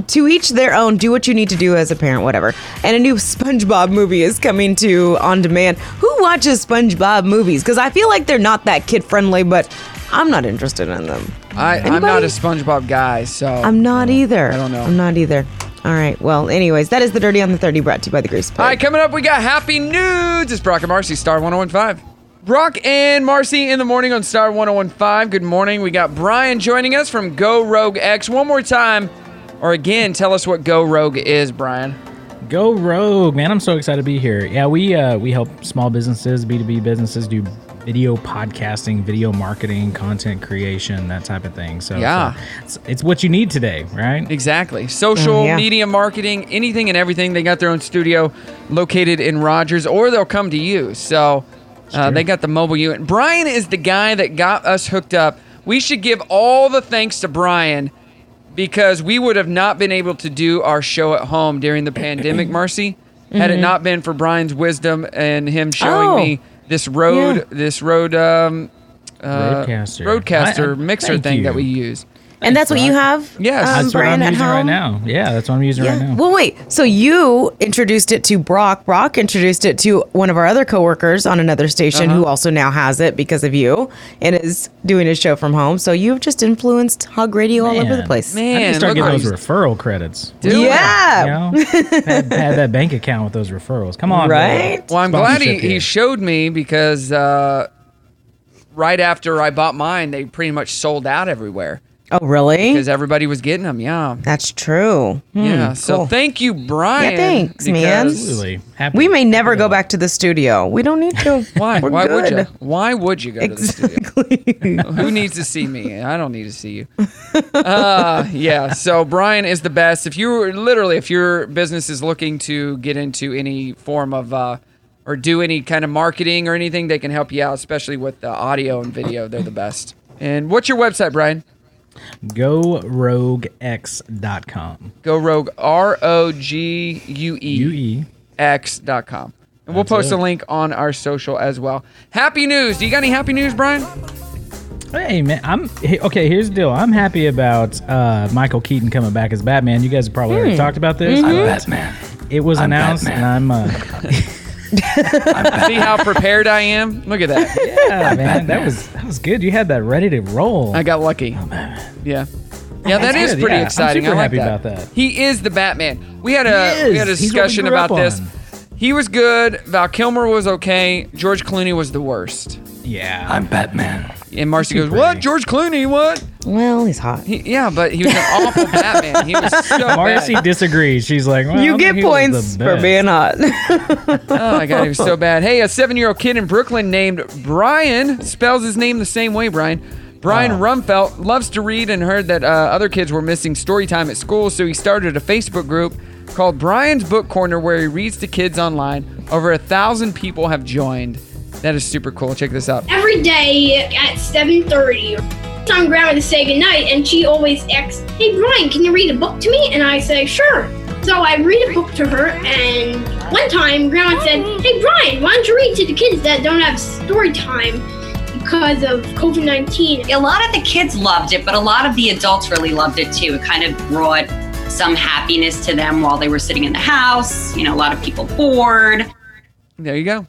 Speaker 3: To each their own. Do what you need to do as a parent, whatever. And a new SpongeBob movie is coming to on demand. Who watches SpongeBob movies? Because I feel like they're not that kid friendly, but I'm not interested in them.
Speaker 7: I, I'm not a SpongeBob guy, so
Speaker 3: I'm not either. I don't know. I'm not either. All right. Well, anyways, that is the Dirty on the 30 brought to you by the Grease
Speaker 7: All
Speaker 3: Pig.
Speaker 7: right, coming up, we got happy nudes. It's Brock and Marcy, Star 1015. Brock and Marcy in the morning on Star 1015. Good morning. We got Brian joining us from Go Rogue X. One more time, or again, tell us what Go Rogue is, Brian.
Speaker 8: Go rogue, man! I'm so excited to be here. Yeah, we uh, we help small businesses, B2B businesses, do video podcasting, video marketing, content creation, that type of thing. So
Speaker 7: Yeah.
Speaker 8: it's, it's, it's what you need today, right?
Speaker 7: Exactly. Social
Speaker 15: Oh,
Speaker 7: media marketing, anything and everything. They got their own studio located in Rogers, or they'll come to you. So uh, they got the mobile unit. Brian is the guy that got us hooked up. We should give all the thanks to Brian because we would have not been able to do our show at home during the pandemic, Marcy, had it
Speaker 15: Mhm.
Speaker 7: not been for Brian's wisdom and him showing
Speaker 15: Oh.
Speaker 7: me this road,
Speaker 15: Yeah.
Speaker 7: this road, um, uh,
Speaker 8: Roadcaster.
Speaker 7: roadcaster
Speaker 8: I- I-
Speaker 7: mixer
Speaker 8: thank
Speaker 7: thing that
Speaker 8: you.
Speaker 7: we use.
Speaker 3: and that's what you have?
Speaker 7: Yes.
Speaker 3: um,
Speaker 8: that's what
Speaker 3: Brian
Speaker 8: I'm
Speaker 3: at
Speaker 8: using right
Speaker 3: home?
Speaker 8: now. Yeah, that's what I'm using right now.
Speaker 3: Well, wait. So you introduced it to Brock. Brock introduced it to one of our other coworkers on another station
Speaker 8: Uh-huh.
Speaker 3: who also now has it because of you and is doing his show from home. So you've just influenced Hog Radio all over the place.
Speaker 8: I need to start getting those referral credits.
Speaker 3: Do Yeah.
Speaker 8: You know? had, had that bank account with those referrals. Come on,
Speaker 7: Right?
Speaker 8: man.
Speaker 7: Well, I'm glad he,
Speaker 8: Sponsorship
Speaker 7: he
Speaker 8: here.
Speaker 7: showed me because uh, right after I bought mine, they pretty much sold out everywhere.
Speaker 3: Oh, really?
Speaker 7: Because everybody was getting them. Yeah.
Speaker 3: That's true. Hmm,
Speaker 7: yeah. So
Speaker 3: cool.
Speaker 7: thank you, Brian.
Speaker 3: Yeah, thanks, man.
Speaker 7: because-
Speaker 3: We may never go back to the studio. We don't need to.
Speaker 7: Why?
Speaker 3: We're
Speaker 7: Why would you?
Speaker 3: good.
Speaker 7: Why would you go to the studio? Who needs to see me? I don't need to see you. Uh, yeah. So Brian is the best. If you were literally, if your business is looking to get into any form of uh, or do any kind of marketing or anything, they can help you out, especially with the audio and video. They're the best. And what's your website, Brian?
Speaker 8: GoRogueX.com.
Speaker 7: Go Rogue R O G U E U
Speaker 8: E
Speaker 7: X dot com. And we'll
Speaker 8: That's
Speaker 7: post
Speaker 8: it.
Speaker 7: a link on our social as well. Happy news. Do you got any happy news, Brian?
Speaker 8: Hey man, I'm he- okay. Here's the deal. I'm happy about uh, Michael Keaton coming back as Batman. You guys have probably
Speaker 15: Hmm.
Speaker 8: already talked about
Speaker 3: Mm-hmm.
Speaker 8: this.
Speaker 15: I'm
Speaker 8: but
Speaker 15: Batman.
Speaker 8: It was
Speaker 15: I'm
Speaker 8: announced, and I'm. Uh,
Speaker 7: See how prepared I am? Look at that.
Speaker 8: yeah, man, that was that was good. You had that ready to roll. I
Speaker 7: got lucky. Yeah. Yeah,
Speaker 8: Oh, That's
Speaker 7: that is
Speaker 8: good,
Speaker 7: pretty
Speaker 8: yeah. I'm
Speaker 7: exciting.
Speaker 8: super
Speaker 7: I like
Speaker 8: happy
Speaker 7: that.
Speaker 8: about that.
Speaker 7: He is the Batman. We had
Speaker 8: He
Speaker 7: a
Speaker 8: is.
Speaker 7: we had a
Speaker 8: He's what we
Speaker 7: discussion
Speaker 8: grew up
Speaker 7: about this.
Speaker 8: on.
Speaker 7: He was good. Val Kilmer was okay. George Clooney was the worst.
Speaker 8: Yeah.
Speaker 7: I'm Batman. And Marcy goes, "What? George Clooney? What?"
Speaker 3: Well, he's hot.
Speaker 7: He, yeah, but he was an awful Batman. He was so
Speaker 8: Marcy
Speaker 7: bad.
Speaker 8: disagrees. She's like, well,
Speaker 7: You
Speaker 8: I
Speaker 7: get
Speaker 8: think he was the
Speaker 7: points for
Speaker 8: best.
Speaker 3: being hot.
Speaker 7: Oh my god, he was so bad. Hey, a seven-year-old kid in Brooklyn named Brian spells his name the same way. Brian. Brian Rumfelt loves to read and heard that uh, other kids were missing story time at school, so he started a Facebook group called Brian's Book Corner, where he reads to kids online. Over a thousand people have joined. That is super cool. Check this out.
Speaker 21: Every day at 7.30, I'm grandma to say goodnight, and she always asks, Hey, Brian, can you read a book to me? And I say, Sure. So I read a book to her, and one time, grandma said, Hey, Brian, why don't you read to the kids that don't have story time because of COVID 19?
Speaker 22: A lot of the kids loved it, but a lot of the adults really loved it too. It kind of brought some happiness to them while they were sitting in the house. You know, a lot of people bored.
Speaker 7: There you go.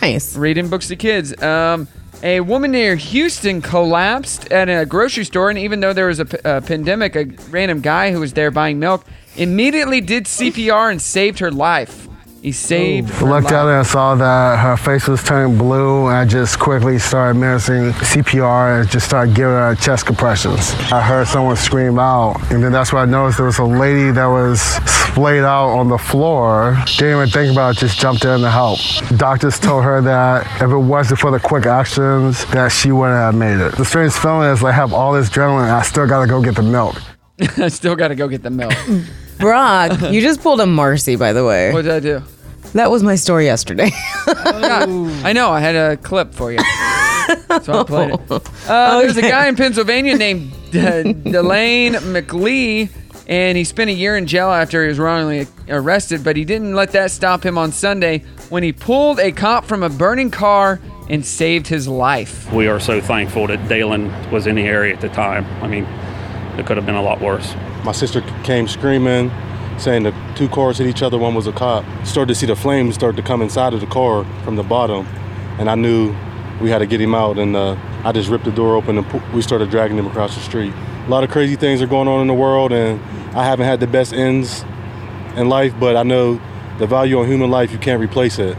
Speaker 3: Nice.
Speaker 7: Reading books to kids. Um, a woman near Houston collapsed at a grocery store, and even though there was a, p- a pandemic, a random guy who was there buying milk immediately did CPR and saved her life. He saved her
Speaker 23: Looked
Speaker 7: life.
Speaker 23: at her and saw that her face was turning blue. I just quickly started menacing CPR and just started giving her chest compressions. I heard someone scream out, and then that's when I noticed there was a lady that was splayed out on the floor. Didn't even think about it, just jumped in to help. Doctors told her that if it wasn't for the quick actions, that she wouldn't have made it. The strange feeling is like I have all this adrenaline, and I still gotta go get the milk.
Speaker 7: I still got to go get the milk.
Speaker 3: Brock, you just pulled a Marcy, by the way.
Speaker 7: What did I do?
Speaker 3: That was my story yesterday.
Speaker 7: I know. I had a clip for you. So I played it. Uh, There's a
Speaker 3: Oh. Okay.
Speaker 7: guy in Pennsylvania named D- Delane McLee, and he spent a year in jail after he was wrongly arrested, but he didn't let that stop him on Sunday when he pulled a cop from a burning car and saved his life.
Speaker 24: We are so thankful that Dalen was in the area at the time. I mean, it could have been a lot worse.
Speaker 25: My sister came screaming, saying the two cars hit each other, one was a cop. Started to see the flames start to come inside of the car from the bottom, and I knew we had to get him out, and uh, I just ripped the door open and pu- we started dragging him across the street. A lot of crazy things are going on in the world, and I haven't had the best ends in life, but I know the value on human life, you can't replace it.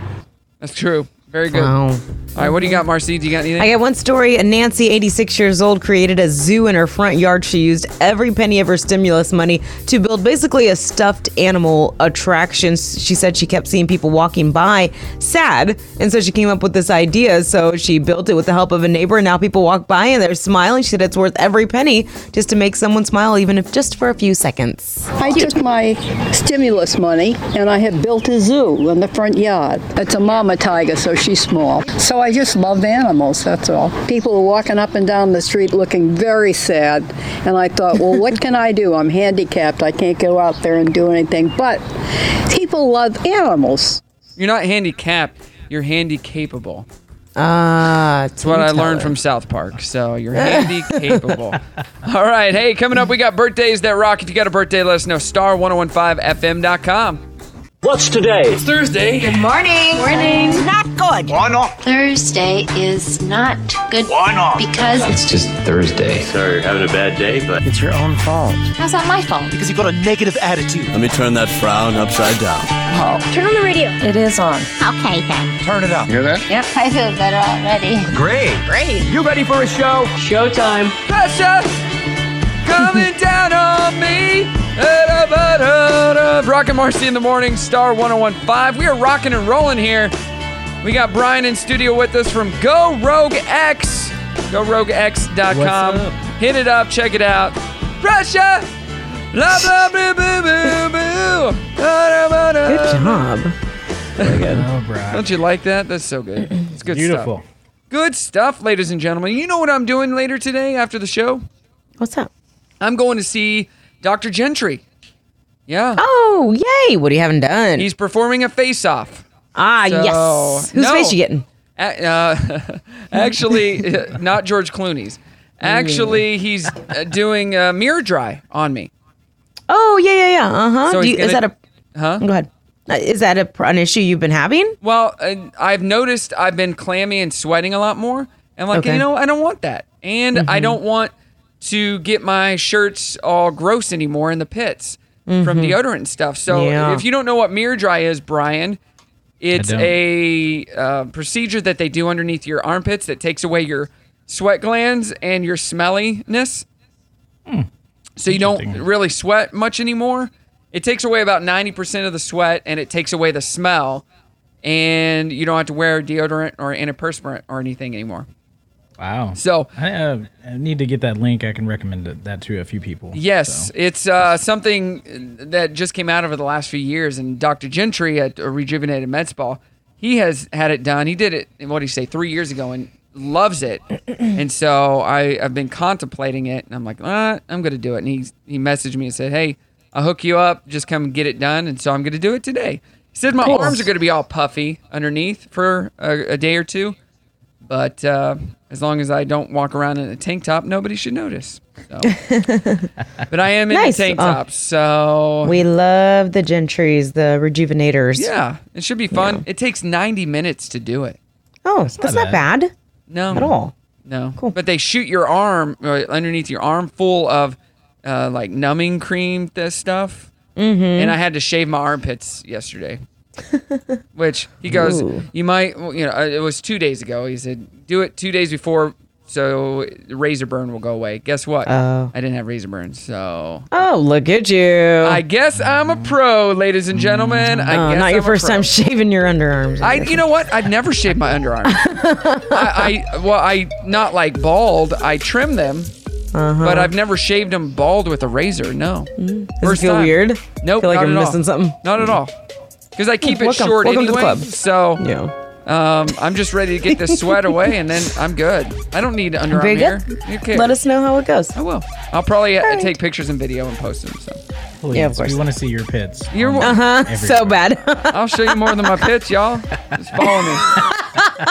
Speaker 7: That's true. Very good.
Speaker 3: Wow.
Speaker 7: All right, what do you got, Marcy? Do you got anything?
Speaker 3: I got one story. Nancy, 86 years old, created a zoo in her front yard. She used every penny of her stimulus money to build basically a stuffed animal attraction. She said she kept seeing people walking by sad, and so she came up with this idea. So she built it with the help of a neighbor, and now people walk by and they're smiling. She said it's worth every penny just to make someone smile, even if just for a few seconds.
Speaker 26: I took my stimulus money and I had built a zoo in the front yard. It's a mama tiger, so she's small. So I just love animals, that's all. People were walking up and down the street looking very sad, and I thought, well, what can I do? I'm handicapped. I can't go out there and do anything. But people love animals.
Speaker 7: You're not handicapped, you're handy capable.
Speaker 3: Ah,
Speaker 7: That's what I learned from South Park. So you're handy capable. All right. Hey, coming up, we got birthdays that rock. If you got a birthday, let us know. Star1015fm.com.
Speaker 27: What's today?
Speaker 7: It's Thursday.
Speaker 27: Good morning.
Speaker 28: Morning.
Speaker 27: Not good. Why not?
Speaker 28: Thursday is not good. Why not? Because
Speaker 27: It's just Thursday. Sorry, having a bad day, but it's your own fault.
Speaker 28: how's that my fault?
Speaker 27: Because you've got a negative attitude. Let me turn that frown upside down.
Speaker 28: Oh. Turn on the radio. It is on. Okay then.
Speaker 27: Turn it up. Hear that?
Speaker 28: Yep. I feel better already.
Speaker 27: Great.
Speaker 28: Great.
Speaker 27: You ready for a show? Showtime.
Speaker 7: Precious. coming down on me. Da-da-ba-da-da. Rock and Marcy in the morning, Star 1015. We are rocking and rolling here. We got Brian in studio with us from Go Rogue X. GoRogueX.com. Hit it up, check it out. Russia! Blah, blah, blah, blah, blah, blah. Da-da-ba-da.
Speaker 3: Good job.
Speaker 8: Oh, Brian.
Speaker 7: Don't you like that? That's so good. It's good
Speaker 8: Beautiful.
Speaker 7: stuff. Good stuff, ladies and gentlemen. You know what I'm doing later today after the show?
Speaker 3: What's up?
Speaker 7: I'm going to see Dr. Gentry. Yeah.
Speaker 3: Oh, yay. What you haven't done?
Speaker 7: He's performing a face off.
Speaker 3: Ah,
Speaker 7: So-
Speaker 3: yes. Whose
Speaker 7: No.
Speaker 3: face you getting?
Speaker 7: Uh, actually, uh, not George Clooney's. Actually, he's uh, doing uh, Mirror Dry on me.
Speaker 3: Oh, yeah, yeah, yeah. Uh huh.
Speaker 7: So he's
Speaker 3: is
Speaker 7: gonna-
Speaker 3: that a.
Speaker 7: Huh?
Speaker 3: Go ahead. Uh, Is that a, an issue you've been having?
Speaker 7: Well, uh, I've noticed I've been clammy and sweating a lot more. I'm like,
Speaker 3: Okay. Mm-hmm.
Speaker 7: you know, I don't want that. And I don't want to get my shirts all gross anymore in the pits from
Speaker 3: Mhm.
Speaker 7: deodorant and stuff. So
Speaker 3: Yeah.
Speaker 7: if you don't know what Mirror Dry is, Brian, it's
Speaker 8: don't.
Speaker 7: a uh, procedure that they do underneath your armpits that takes away your sweat glands and your smelliness. So you don't really sweat much anymore. It takes away about 90% of the sweat and it takes away the smell. And you don't have to wear deodorant or antiperspirant or anything anymore.
Speaker 8: Wow.
Speaker 7: So
Speaker 8: I, uh, I need to get that link. I can recommend it, that to a few people.
Speaker 7: Yes, it's uh, something that just came out over the last few years. And Dr. Gentry at Rejuvenated Med Spa, he has had it done. He did it, what do you say, three years ago and loves it. and so I, I've been contemplating it and I'm like, ah, I'm going to do it. And he, he messaged me and said, hey, I'll hook you up. Just come get it done. And so I'm going to do it today. He said my
Speaker 3: Cool.
Speaker 7: arms are going to be all puffy underneath for a, a day or two. But uh, as long as I don't walk around in a tank top, nobody should notice. So. But I am in
Speaker 3: Nice.
Speaker 7: the tank
Speaker 3: Oh.
Speaker 7: top, so
Speaker 3: We love the Gentrys, the Rejuvenators.
Speaker 7: Mm-hmm. yeah, it should be fun. It takes ninety minutes to do it.
Speaker 3: Oh, that's,
Speaker 7: not
Speaker 3: not, bad.
Speaker 7: No,
Speaker 3: At all.
Speaker 7: No, cool. But they shoot your arm or underneath your arm full of uh, like numbing cream, this stuff.
Speaker 3: Mm-hmm.
Speaker 7: And I had to shave my armpits yesterday. Which he goes,
Speaker 3: Ooh.
Speaker 7: you might, well, you know, uh, it was two days ago. He said, do it two days before, so the razor burn will go away. Guess what?
Speaker 3: Oh.
Speaker 7: I didn't have razor burn, so
Speaker 3: Oh, look at you.
Speaker 7: I guess I'm a pro, ladies and gentlemen. I
Speaker 3: Oh,
Speaker 7: guess
Speaker 3: not
Speaker 7: I'm
Speaker 3: your
Speaker 7: a
Speaker 3: first
Speaker 7: pro.
Speaker 3: time shaving your underarms.
Speaker 7: I, you know what? I'd never shave my underarms. I, I, well, I not like bald. I trim them,
Speaker 3: Uh-huh. Mm.
Speaker 7: but I've never shaved them bald with a razor. No. Does
Speaker 3: Does it feel weird?
Speaker 7: Nope.
Speaker 3: Feel like
Speaker 7: not
Speaker 3: I'm
Speaker 7: at all.
Speaker 3: missing something.
Speaker 7: Not at all. Because I keep it
Speaker 3: Welcome-
Speaker 7: short
Speaker 3: welcome to the
Speaker 7: anyway.
Speaker 3: club.
Speaker 7: So
Speaker 3: yeah.
Speaker 7: Um, I'm just ready to get this sweat away, and then I'm good. I don't need underarm
Speaker 3: Very
Speaker 7: hair.
Speaker 3: good.
Speaker 7: Who cares?
Speaker 3: Let us know how it goes. I
Speaker 7: will. I'll probably uh,
Speaker 3: Alright.
Speaker 7: take pictures and video and post them. So.
Speaker 8: Please,
Speaker 3: Yeah, of course.
Speaker 8: We want to see your pits. Um,
Speaker 7: You're
Speaker 8: on
Speaker 7: wel-
Speaker 3: Uh-huh. So bad.
Speaker 7: I'll show you more than my pitch, y'all. Just follow me.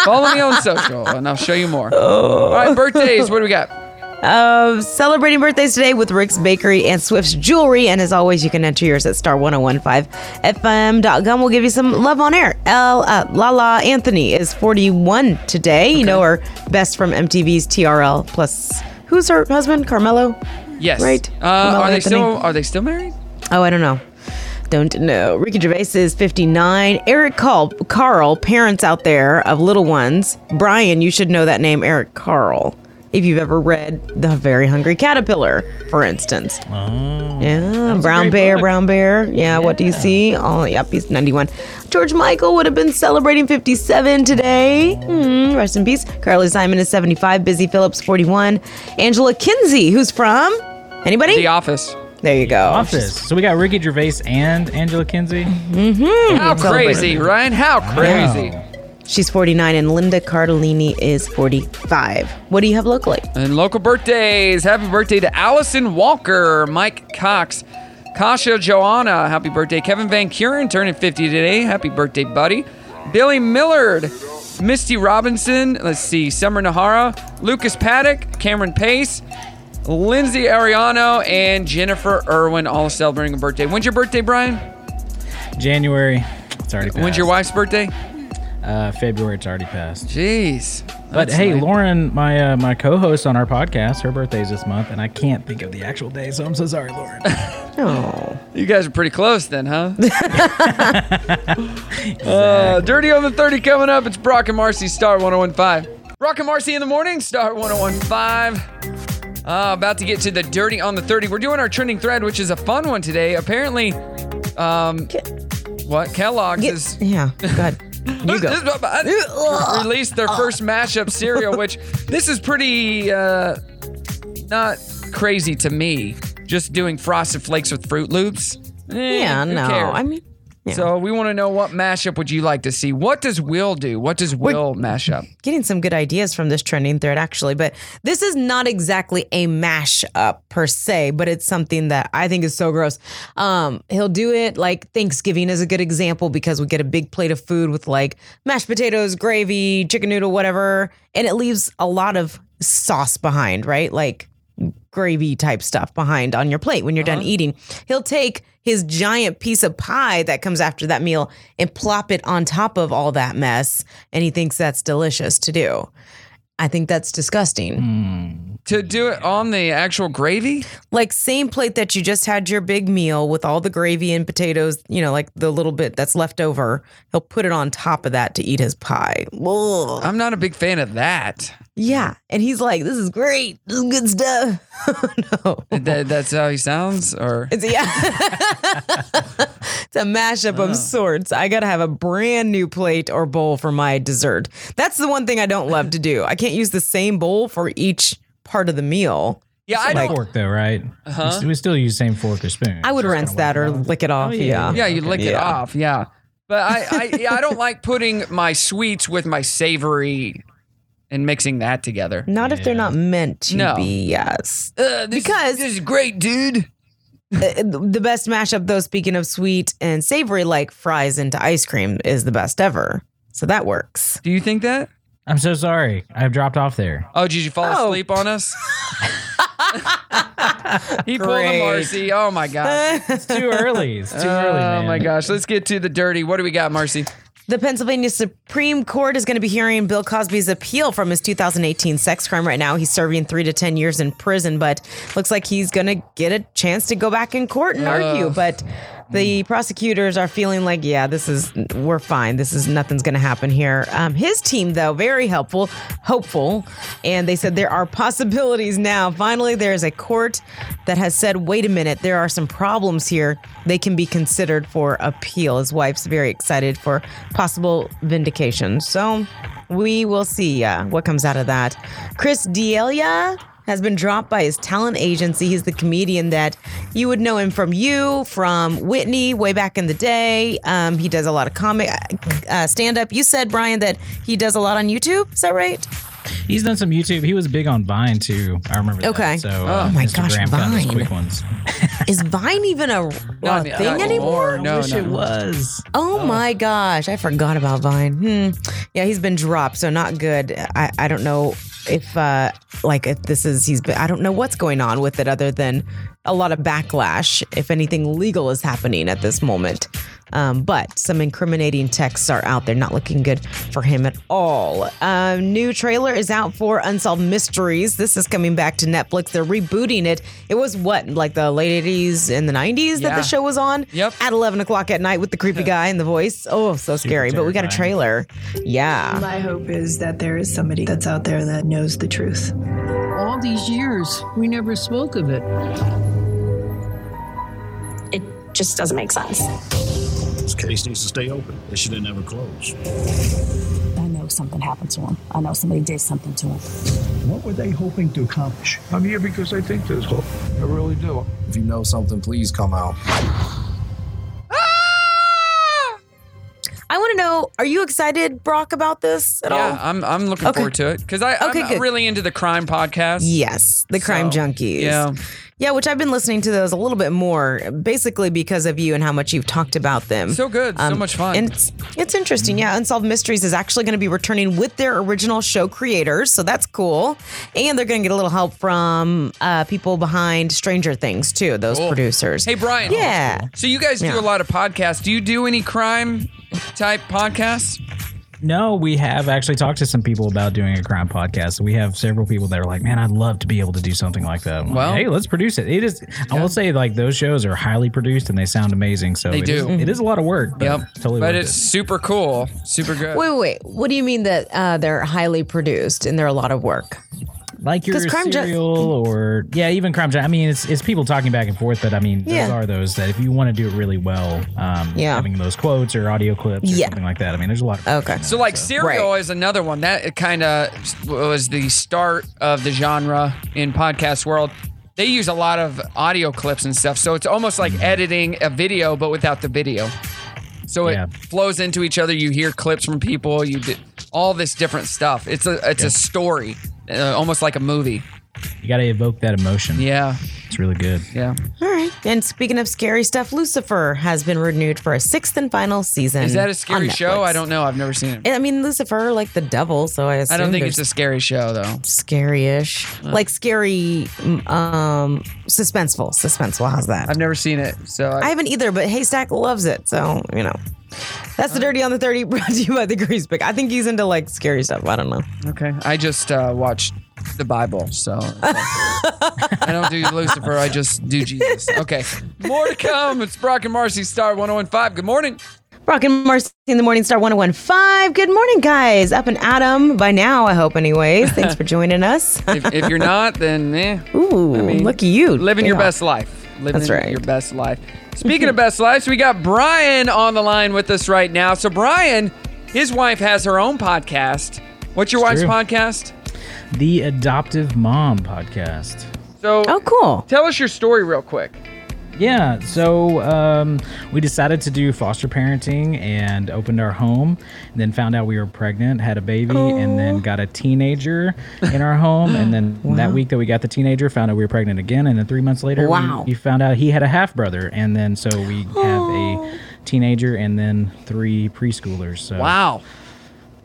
Speaker 7: follow me on social, and I'll show you more.
Speaker 3: Oh.
Speaker 7: All right, birthdays. What do we got?
Speaker 3: Uh, celebrating birthdays today with Rick's Bakery and Swift's Jewelry. And as always, you can enter yours at star1015fm.com. We'll give you some love on air. L, uh, Lala Anthony is 41 today. You know her best from MTV's TRL. Plus, who's her husband? Carmelo?
Speaker 7: Yes.
Speaker 3: Right?
Speaker 7: Uh,
Speaker 3: Carmelo
Speaker 7: are they
Speaker 3: Anthony.
Speaker 7: still Are they still married?
Speaker 3: Oh, I don't know. Don't know. Ricky Gervais is 59. Eric Carl, Carl, parents out there of little ones. Brian, you should know that name, Eric Carl. If you've ever read The Very Hungry Caterpillar, for instance. yeah, Brown Bear, Brown Bear. Yeah, what do you see? Oh, yep, he's 91. George Michael would have been celebrating 57 today. Hmm, rest in peace. Carly Simon is 75. Busy Phillips, 41. Angela Kinsey, who's from? Anybody?
Speaker 7: The Office.
Speaker 3: There you go.
Speaker 8: Office. So we got Ricky Gervais and Angela Kinsey.
Speaker 3: Mm-hmm.
Speaker 7: How crazy, Ryan? How crazy?
Speaker 3: She's 49 and Linda Cardellini is 45. What do you have locally?
Speaker 7: And local birthdays. Happy birthday to Allison Walker, Mike Cox, Kasha Joanna. Happy birthday. Kevin Van Kuren turning 50 today. Happy birthday, buddy. Billy Millard, Misty Robinson. Let's see. Summer Nahara, Lucas Paddock, Cameron Pace, Lindsay Ariano, and Jennifer Irwin all celebrating a birthday. When's your birthday, Brian?
Speaker 8: January. It's already passed.
Speaker 7: When's your wife's birthday?
Speaker 8: Uh, February. It's already passed.
Speaker 7: Jeez.
Speaker 8: But
Speaker 7: That's
Speaker 8: hey,
Speaker 7: nice.
Speaker 8: Lauren, my uh, my co-host on our podcast, her birthday's this month, and I can't think of the actual day, so I'm so sorry, Lauren.
Speaker 3: Oh.
Speaker 7: You guys are pretty close then, huh? uh, Dirty on the 30 coming up. It's oh Brock and Marcy, Star 1015. Brock and Marcy in the morning, Star 1015. Uh, about to get to the dirty on the 30. We're doing our trending thread, which is a fun one today. Apparently, um, what? Kellogg's is
Speaker 3: Yeah. God. You go.
Speaker 7: released their first mashup cereal, which this is pretty uh, not crazy to me. Just doing Frosted Flakes with Fruit Loops. Eh,
Speaker 3: Yeah,
Speaker 7: who
Speaker 3: no,
Speaker 7: cares?
Speaker 3: I mean,
Speaker 7: So we want to know what mashup would you like to see? What does Will do? What does Will mash up?
Speaker 3: Getting some good ideas from this trending thread, actually. But this is not exactly a mashup per se, but it's something that I think is so gross. Um, he'll do it like Thanksgiving is a good example because we get a big plate of food with like mashed potatoes, gravy, chicken noodle, whatever. And it leaves a lot of sauce behind, right? Like gravy type stuff behind on your plate when you're done eating. He'll take his giant piece of pie that comes after that meal and plop it on top of all that mess. And he thinks that's delicious to do. I think that's disgusting.
Speaker 7: To do it on the actual gravy?
Speaker 3: Like same plate that you just had your big meal with all the gravy and potatoes, you know, like the little bit that's left over. He'll put it on top of that to eat his pie. Ugh.
Speaker 7: I'm not a big fan of that.
Speaker 3: Yeah. And he's like, this is great. This is good stuff.
Speaker 7: That- that's how he sounds, or
Speaker 3: It's yeah. it's a mashup of sorts. I gotta have a brand new plate or bowl for my dessert. That's the one thing I don't love to do. I can't use the same bowl for each part of the meal.
Speaker 7: Yeah,
Speaker 8: Same fork though, right?
Speaker 3: Uh-huh.
Speaker 8: We s- We still use same fork or spoon.
Speaker 3: I would rinse that or lick it off. yeah.
Speaker 7: yeah, you lick it
Speaker 3: Yeah.
Speaker 7: off. Yeah, but I, I, yeah, I don't like putting my sweets with my savory and mixing that together.
Speaker 3: Not if they're not meant to
Speaker 7: No.
Speaker 3: be. Yes.
Speaker 7: this, because this is great, dude.
Speaker 3: the best mashup, though, speaking of sweet and savory, like fries into ice cream, is the best ever. So that works.
Speaker 7: Do you think that?
Speaker 8: I'm so sorry. I've dropped off there.
Speaker 7: Oh, did you fall asleep on us? he pulled a
Speaker 8: Great.
Speaker 7: Marcy. Oh my
Speaker 3: Uh,
Speaker 7: god,
Speaker 8: It's too early. It's too early,
Speaker 7: Oh
Speaker 8: man.
Speaker 7: my gosh, let's get to the dirty. What do we got, Marcy?
Speaker 3: The Pennsylvania Supreme Court is going to be hearing Bill Cosby's appeal from his 2018 sex crime. Right now, he's serving three to 10 years in prison, but looks like he's going to get a chance to go back in court and argue.
Speaker 1: Ugh.
Speaker 3: But the prosecutors are feeling like, yeah, this is, we're fine. This is, nothing's going to happen here. Um, his team, though, very helpful, hopeful. And they said there are possibilities now. Finally, there is a court that has said, wait a minute, there are some problems here. They can be considered for appeal. His wife's very excited for possible vindication. So we will see uh, what comes out of that. Chris D'Elia has been dropped by his talent agency. He's the comedian that you would know him from you, from Whitney way back in the day. Um, he does a lot of comic uh, stand up. You said, Brian, that he does a lot on YouTube. Is that right?
Speaker 8: He's done some YouTube. He was big on Vine too. I remember. that.
Speaker 3: Okay.
Speaker 8: So,
Speaker 3: Oh
Speaker 8: uh,
Speaker 3: my gosh,
Speaker 8: Instagram found those
Speaker 3: Vine.
Speaker 8: Quick ones.
Speaker 3: Is Vine even a, a
Speaker 8: no,
Speaker 3: thing
Speaker 8: not
Speaker 3: anymore?
Speaker 8: anymore. No, I wish no. it was.
Speaker 3: Oh, my gosh, I forgot about Vine. Hmm. Yeah, he's been dropped, so not good. I, I don't know if uh like if this is he's been I don't know what's going on with it other than a lot of backlash if anything legal is happening at this moment. Um, but some incriminating texts are out there, not looking good for him at all. Uh, new trailer is out for Unsolved Mysteries. This is coming back to Netflix. They're rebooting it. It was what, like the late 80s and the 90s that
Speaker 7: Yeah.
Speaker 3: the show was on? Yep. At 11 o'clock at night with the creepy guy and the voice. Oh, so scary. But we got a
Speaker 16: terrifying.
Speaker 3: trailer. Yeah.
Speaker 16: My hope is that there is somebody that's out there that knows the truth.
Speaker 17: All these years, we never spoke of it.
Speaker 2: It just doesn't make sense.
Speaker 19: This case needs to stay open. It should have never closed.
Speaker 18: I know something happened to him. I know somebody did something to him.
Speaker 20: What were they hoping to accomplish?
Speaker 9: I'm here because I think there's hope.
Speaker 20: I really do. If you know something, please come out.
Speaker 3: I want to know are you excited, Brock, about this at
Speaker 7: yeah,
Speaker 3: all?
Speaker 7: I'm I'm looking
Speaker 3: Oh. Okay.
Speaker 7: forward to it because I
Speaker 3: Okay,
Speaker 7: I'm
Speaker 3: good.
Speaker 7: really into the crime podcast.
Speaker 3: Yes, the Crime
Speaker 7: So,
Speaker 3: Junkies.
Speaker 7: Yeah,
Speaker 3: Yeah, which I've been listening to those a little bit more, basically because of you and how much you've talked about them.
Speaker 7: So good, so much fun.
Speaker 3: Um, and it's, it's interesting. Yeah, Unsolved Mysteries is actually going to be returning with their original show creators, so that's cool. And they're going to get a little help from uh, people behind Stranger Things too, those
Speaker 7: Cool.
Speaker 3: producers.
Speaker 7: Hey Brian.
Speaker 3: Yeah.
Speaker 7: So you guys do
Speaker 3: Yeah.
Speaker 7: a lot of podcasts. Do you do any crime type podcasts?
Speaker 8: No, we have actually talked to some people about doing a crime podcast. We have several people that are like, "Man, I'd love to be able to do something like that." I'm like,
Speaker 7: Well-
Speaker 8: hey, let's produce it. It is. I will say, like those shows are highly produced and they sound amazing. So
Speaker 7: They
Speaker 8: it is-
Speaker 7: do.
Speaker 8: it is a lot of work. But yep. Totally.
Speaker 7: But
Speaker 8: worth
Speaker 7: it's
Speaker 8: it.
Speaker 7: super cool, super good.
Speaker 3: Wait, wait, wait. What do you mean that uh, they're highly produced and they're a lot of work?
Speaker 8: like your
Speaker 3: 'Cause crime ju-
Speaker 8: serial or yeah, even crime. Ju- I mean, it's it's people talking back and forth, but I mean, those
Speaker 3: Yeah.
Speaker 8: are those that if you want to do it really well, um,
Speaker 7: Yeah.
Speaker 8: having those quotes or audio clips or
Speaker 7: Yeah.
Speaker 8: something like that. I mean, there's a lot. Of okay,
Speaker 7: So like Serial is another one that kind of was the start of the genre in podcast world. They use a lot of audio clips and stuff, so it's almost like editing a video but without the video. So it
Speaker 8: Yeah.
Speaker 7: flows into each other. You hear clips from people. You do all this different stuff. It's a it's a story, uh, almost like a movie.
Speaker 8: you got to evoke that emotion.
Speaker 7: Yeah,
Speaker 8: it's really good.
Speaker 7: Yeah,
Speaker 3: All right. And speaking of scary stuff, Lucifer has been renewed for a sixth and final season.
Speaker 7: is that a
Speaker 3: Mm. on
Speaker 7: scary show? I don't know. I've never seen it.
Speaker 3: I mean, Lucifer, like the devil, so I assume
Speaker 7: I don't think it's
Speaker 3: there's
Speaker 7: a scary show though.
Speaker 3: scary-ish,
Speaker 7: Uh.
Speaker 3: like scary, mm, um, suspenseful, suspenseful. How's that? I've
Speaker 7: never seen it, so I,
Speaker 3: I haven't either. But Haystack loves it, so you know. That's
Speaker 7: Uh,
Speaker 3: the dirty on the thirty brought to you by the Grease Pick. I think he's into like scary stuff. I don't know.
Speaker 7: Okay. I just uh, watched the Bible, so I don't do Lucifer. I just do Jesus. Okay. More to come. It's Brock and Marcy Star 1015. Good morning.
Speaker 3: Brock and Marcy in the Morning Star 1015. Good morning, guys. Up and Adam by now, I hope, anyways. Thanks for joining us.
Speaker 7: If, if you're not, then eh.
Speaker 3: Ooh, look at you.
Speaker 7: Living your
Speaker 3: Yeah.
Speaker 7: best life. Living
Speaker 3: That's right.
Speaker 7: your best life. Speaking of best lives, we got Brian on the line with us right now. So, Brian, his wife has her own podcast. What's your wife's
Speaker 8: true.
Speaker 7: podcast?
Speaker 8: The Adoptive Mom podcast.
Speaker 7: So,
Speaker 3: oh, cool.
Speaker 7: Tell us your story real quick.
Speaker 8: Yeah, so um, we decided to do foster parenting and opened our home, and then found out we were pregnant, had a baby, and then got a teenager in our home. And then that week that we got the teenager, found out we were pregnant again. And then three months later, we-
Speaker 3: Wow.
Speaker 8: we, found out he had a half brother. And then so we have a teenager and then three preschoolers. So
Speaker 7: Wow.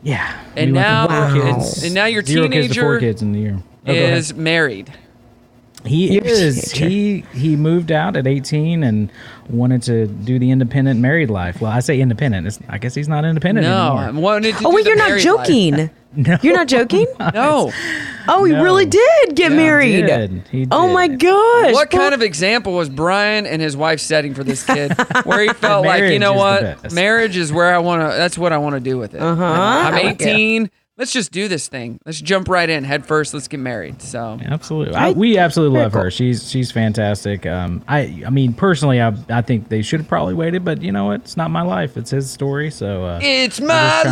Speaker 8: Yeah.
Speaker 7: And
Speaker 8: we went
Speaker 7: now,
Speaker 8: from four kids-
Speaker 7: and now your
Speaker 8: zero
Speaker 7: teenager
Speaker 8: kids to four kids in the year. Oh, go ahead.
Speaker 7: is married.
Speaker 8: He
Speaker 7: Your
Speaker 8: is. He he moved out at 18 and wanted to do the independent married life. Well, I say independent. It's, I guess he's not independent
Speaker 7: No, I
Speaker 8: anymore.
Speaker 7: wanted to
Speaker 3: Oh,
Speaker 7: do
Speaker 3: wait,
Speaker 7: the
Speaker 3: you're not
Speaker 7: married
Speaker 3: joking.
Speaker 7: life.
Speaker 8: No.
Speaker 3: You're not joking?
Speaker 7: No.
Speaker 3: Oh, he
Speaker 7: No.
Speaker 3: really did get
Speaker 7: Yeah,
Speaker 3: married.
Speaker 7: did. He
Speaker 3: Oh, my gosh.
Speaker 7: What kind of example was Brian and his wife setting for this kid, where he felt like, you
Speaker 8: Marriage
Speaker 7: know
Speaker 8: is the
Speaker 7: what,
Speaker 8: best.
Speaker 7: marriage is where I want to. That's what I want to do with it.
Speaker 8: Uh-huh.
Speaker 7: I'm
Speaker 8: I like it.
Speaker 7: 18. Let's just do this thing. Let's jump right in head first. Let's get married. So
Speaker 8: Absolutely. I, we absolutely love her. She's she's fantastic. Um, I I mean personally, I I think they should have probably waited, but you know what? It's not my life. It's his story. So uh,
Speaker 7: It's my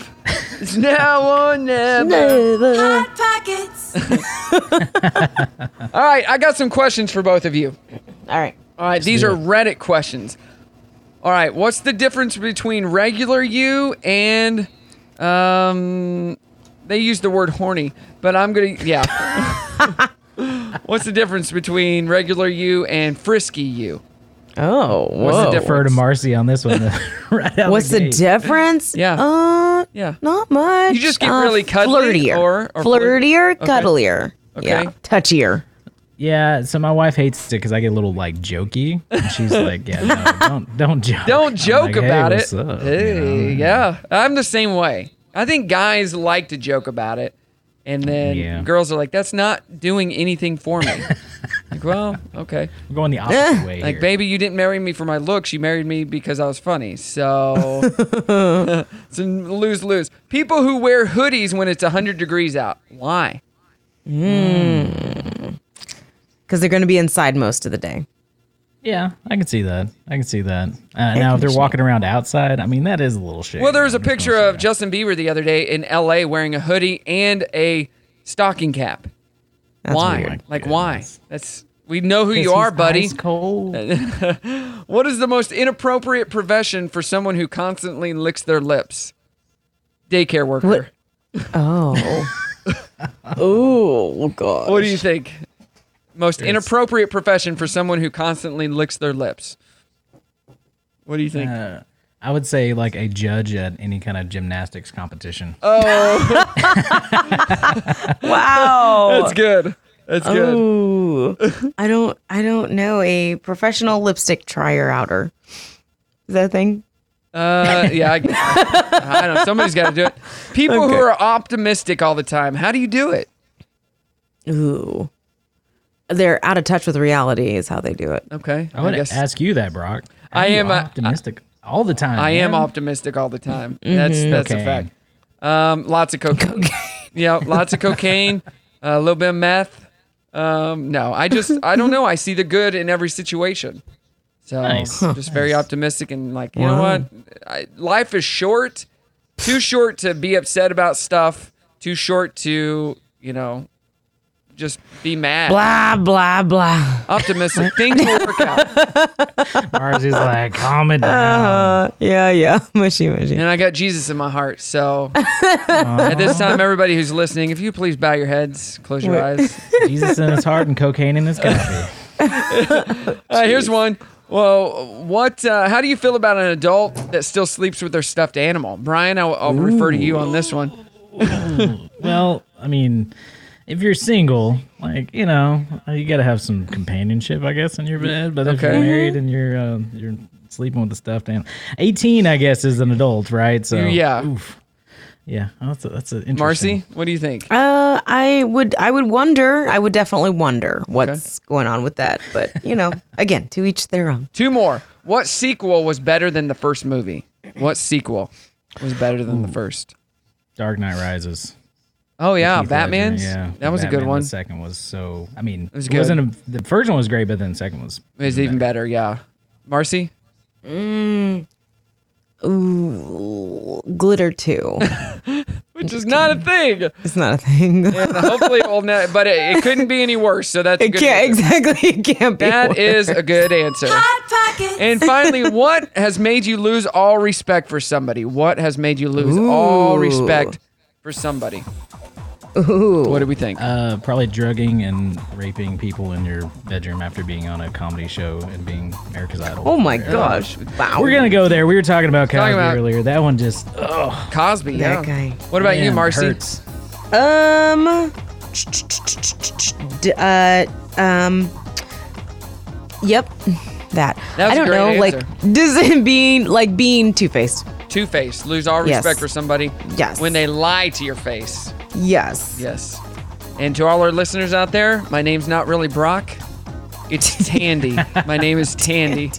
Speaker 7: life. It's now or never.
Speaker 3: Hot
Speaker 7: pockets. All right, I got some questions for both of you.
Speaker 3: All right.
Speaker 7: All right, these
Speaker 3: do
Speaker 7: are
Speaker 3: it.
Speaker 7: Reddit questions. All right, what's the difference between regular you and um they use the word horny, but I'm going to yeah. what's the difference between regular you and frisky you?
Speaker 3: Oh, whoa.
Speaker 8: What's the difference? to Marcy on this one. right out
Speaker 3: What's the
Speaker 8: gate.
Speaker 3: difference?
Speaker 7: Yeah.
Speaker 3: Uh,
Speaker 7: yeah.
Speaker 3: Not much.
Speaker 7: You just get
Speaker 3: Uh,
Speaker 7: really cuddly
Speaker 3: flirtier.
Speaker 7: or, or
Speaker 3: flirtier,
Speaker 8: Okay.
Speaker 3: cuddlier.
Speaker 8: Okay.
Speaker 3: Yeah. Touchier.
Speaker 8: Yeah, so my wife hates it because I get a little like jokey, and she's like, "Yeah, no, don't don't joke,
Speaker 7: Don't joke
Speaker 8: like, "Hey,
Speaker 7: about
Speaker 8: what's
Speaker 7: it.
Speaker 8: up?"
Speaker 7: Hey, yeah. I'm the same way. I think guys like to joke about it. And then
Speaker 8: Yeah.
Speaker 7: girls are like, that's not doing anything for me. like, well, okay.
Speaker 8: We're going the opposite way.
Speaker 7: Like,
Speaker 8: here.
Speaker 7: baby, you didn't marry me for my looks. You married me because I was funny. So it's a lose lose. People who wear hoodies when it's 100 degrees out. Why?
Speaker 3: Mm. Because they're going to be inside most of the day.
Speaker 8: Yeah, I can see that. I can see that. Uh, now, if they're
Speaker 7: conditioning.
Speaker 8: walking around outside, I mean, that is a little shit.
Speaker 7: Well, there was a picture of Justin Bieber the other day in LA wearing a hoodie and a stocking cap.
Speaker 8: That's
Speaker 7: why?
Speaker 8: weird.
Speaker 7: Like why? That's we know who you
Speaker 8: Because
Speaker 7: are,
Speaker 8: he's
Speaker 7: buddy.
Speaker 8: ice cold.
Speaker 7: what is the most inappropriate profession for someone who constantly licks their lips? Daycare worker. What,
Speaker 3: Oh. oh, God.
Speaker 7: do you think? Most inappropriate profession for someone who constantly licks their lips. What do you think?
Speaker 8: Uh, I would say like a judge at any kind of gymnastics competition.
Speaker 7: Oh.
Speaker 3: Wow.
Speaker 7: That's good. That's good.
Speaker 3: Oh. good. I don't I don't know a professional lipstick trier outer. Is that a thing?
Speaker 7: Uh, yeah, I, I don't know. Somebody's got to do it. People
Speaker 3: Okay.
Speaker 7: who are optimistic all the time. How do you do it?
Speaker 3: Ooh. They're out of touch with reality is how they do it.
Speaker 7: Okay.
Speaker 8: I would ask you that, Brock. How
Speaker 7: I
Speaker 8: are you
Speaker 7: am a-
Speaker 8: optimistic all the time.
Speaker 7: I am
Speaker 8: man?
Speaker 7: optimistic all the
Speaker 6: Mm-hmm.
Speaker 7: time. That's
Speaker 8: Mhm.
Speaker 7: that's a
Speaker 8: Cocaine.
Speaker 7: fact. Um, lots of cocaine. yeah, lots of cocaine. a little bit of meth. Um, no, I just I don't know. I see the good in every situation. So
Speaker 6: Nice.
Speaker 7: just very optimistic and like you know
Speaker 6: Wow.
Speaker 7: what, I, life is short, too short to be upset about stuff, too short to you know just be mad.
Speaker 3: Blah Ah, blah blah.
Speaker 7: Optimistic things will work out.
Speaker 8: Marcy's like, calm it down.
Speaker 3: Uh, yeah, yeah. Mushy, mushy.
Speaker 7: And I got Jesus in my heart. So at this time, everybody who's listening, if you please bow your heads, close your
Speaker 8: Wait.
Speaker 7: eyes.
Speaker 8: Jesus in his heart and cocaine in his coffee.
Speaker 7: Uh, here's one. Well, what? Uh, how do you feel about an adult that still sleeps with their stuffed animal, Brian? I'll, I'll refer to you on this one.
Speaker 8: well, I mean, if you're single, like you know, uh, you gotta have some companionship, I guess, in your bed. But if
Speaker 7: Okay.
Speaker 8: you're married and you're uh, you're sleeping with the stuffed animal, eighteen, I guess, is an adult, right? So
Speaker 7: Yeah.
Speaker 8: yeah, that's a, that's an interesting.
Speaker 7: Marcy, what do you think?
Speaker 3: Uh, I would, I would wonder. I would definitely wonder what's going on with that. But you know, again, to each their own.
Speaker 7: Two more. What sequel was better than the first movie? What sequel was better than the first?
Speaker 8: Dark Knight Rises.
Speaker 7: Oh yeah,
Speaker 8: Keith Ledger,
Speaker 7: Batman's.
Speaker 8: yeah,
Speaker 7: that was a
Speaker 8: Batman,
Speaker 7: good
Speaker 8: the
Speaker 7: one.
Speaker 8: second was so. I mean, it,
Speaker 7: was
Speaker 8: was
Speaker 7: good.
Speaker 8: not a, the first one was great, but then the second was
Speaker 7: It was even better. Yeah, Marcy.
Speaker 3: Mm. Ooh, glitter too.
Speaker 7: Which is not a thing.
Speaker 3: it's not a thing.
Speaker 7: And hopefully, it will ne- but it, it couldn't be any worse. So that's a
Speaker 3: it
Speaker 7: good
Speaker 3: can't
Speaker 7: answer.
Speaker 3: exactly. It can't be.
Speaker 7: That is
Speaker 3: worse.
Speaker 7: a good answer. And finally, what has made you lose all respect for somebody? What has made you lose all
Speaker 8: Ooh.
Speaker 7: respect for somebody? What do we think?
Speaker 8: Uh, probably drugging and raping people in your bedroom after being on a comedy show and being America's Idol.
Speaker 3: Oh my
Speaker 8: Yeah.
Speaker 3: gosh! Wow.
Speaker 8: We're gonna go there. We were talking about Cosby
Speaker 3: Talking about-
Speaker 8: earlier. That one just oh,
Speaker 7: Cosby.
Speaker 3: That yeah. guy.
Speaker 7: What about you,
Speaker 8: Man,
Speaker 7: Marcy?
Speaker 8: hurts.
Speaker 3: Um. d- Uh. Um. Yep. That.
Speaker 7: That was
Speaker 3: I
Speaker 7: a
Speaker 3: don't
Speaker 7: great
Speaker 3: know.
Speaker 7: answer.
Speaker 3: Like, does it being like being two faced?
Speaker 7: Two Face. Lose all
Speaker 3: Yes.
Speaker 7: respect for somebody.
Speaker 3: Yes.
Speaker 7: When they lie to your face.
Speaker 3: Yes.
Speaker 7: Yes. And to all our listeners out there, my name's not really Brock. It's Tandy. my name is Tandy.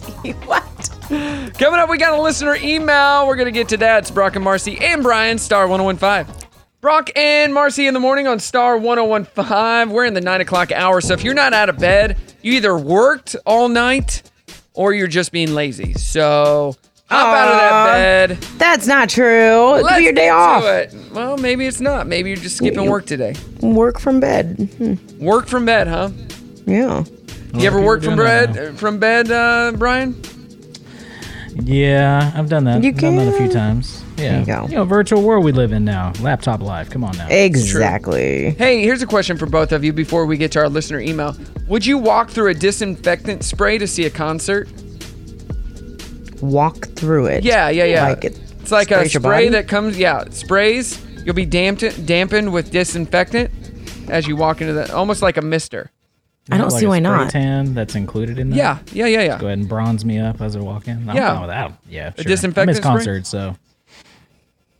Speaker 7: What? Coming up, we got a listener email. We're going to get to that. It's Brock and Marcy and Brian, Star 1015. Brock and Marcy in the morning on Star 1015. We're in the nine o'clock hour. So if you're not out of bed, you either worked all night or you're just being lazy. So hop out of that
Speaker 3: Aw.
Speaker 7: bed.
Speaker 3: That's not true. It'll be your day
Speaker 7: get to
Speaker 3: off.
Speaker 7: it. Well, maybe it's not. Maybe you're just skipping work today.
Speaker 3: Work from bed. Hmm.
Speaker 7: Work from bed, huh?
Speaker 3: Yeah.
Speaker 7: you ever
Speaker 8: people
Speaker 7: work from
Speaker 8: doing that
Speaker 7: bed? uh, From bed, uh, Brian?
Speaker 8: Yeah, I've done that.
Speaker 7: You
Speaker 8: I've done that a few times.
Speaker 7: There
Speaker 8: Yeah,
Speaker 7: you go.
Speaker 8: know, virtual world we live in now. Laptop life. Come on now.
Speaker 3: Exactly.
Speaker 7: Hey, here's a question for both of you before we get to our listener email. Would you walk through a disinfectant spray to see a concert?
Speaker 3: Walk through it.
Speaker 7: Yeah, yeah, yeah.
Speaker 3: Like it
Speaker 7: it's like a
Speaker 3: sprays your
Speaker 7: spray
Speaker 3: body?
Speaker 7: that comes. Yeah, it sprays. You'll be dampened dampened with disinfectant as you walk into the almost like a mister.
Speaker 8: You know, like a spray Tan that's included in that.
Speaker 7: Yeah, yeah, yeah, yeah.
Speaker 8: Go ahead and bronze me up as I walk in. I'm
Speaker 7: Yeah.
Speaker 8: fine with that. Yeah,
Speaker 7: A
Speaker 8: sure. I
Speaker 7: disinfectant
Speaker 8: miss
Speaker 7: spray?
Speaker 8: concerts, so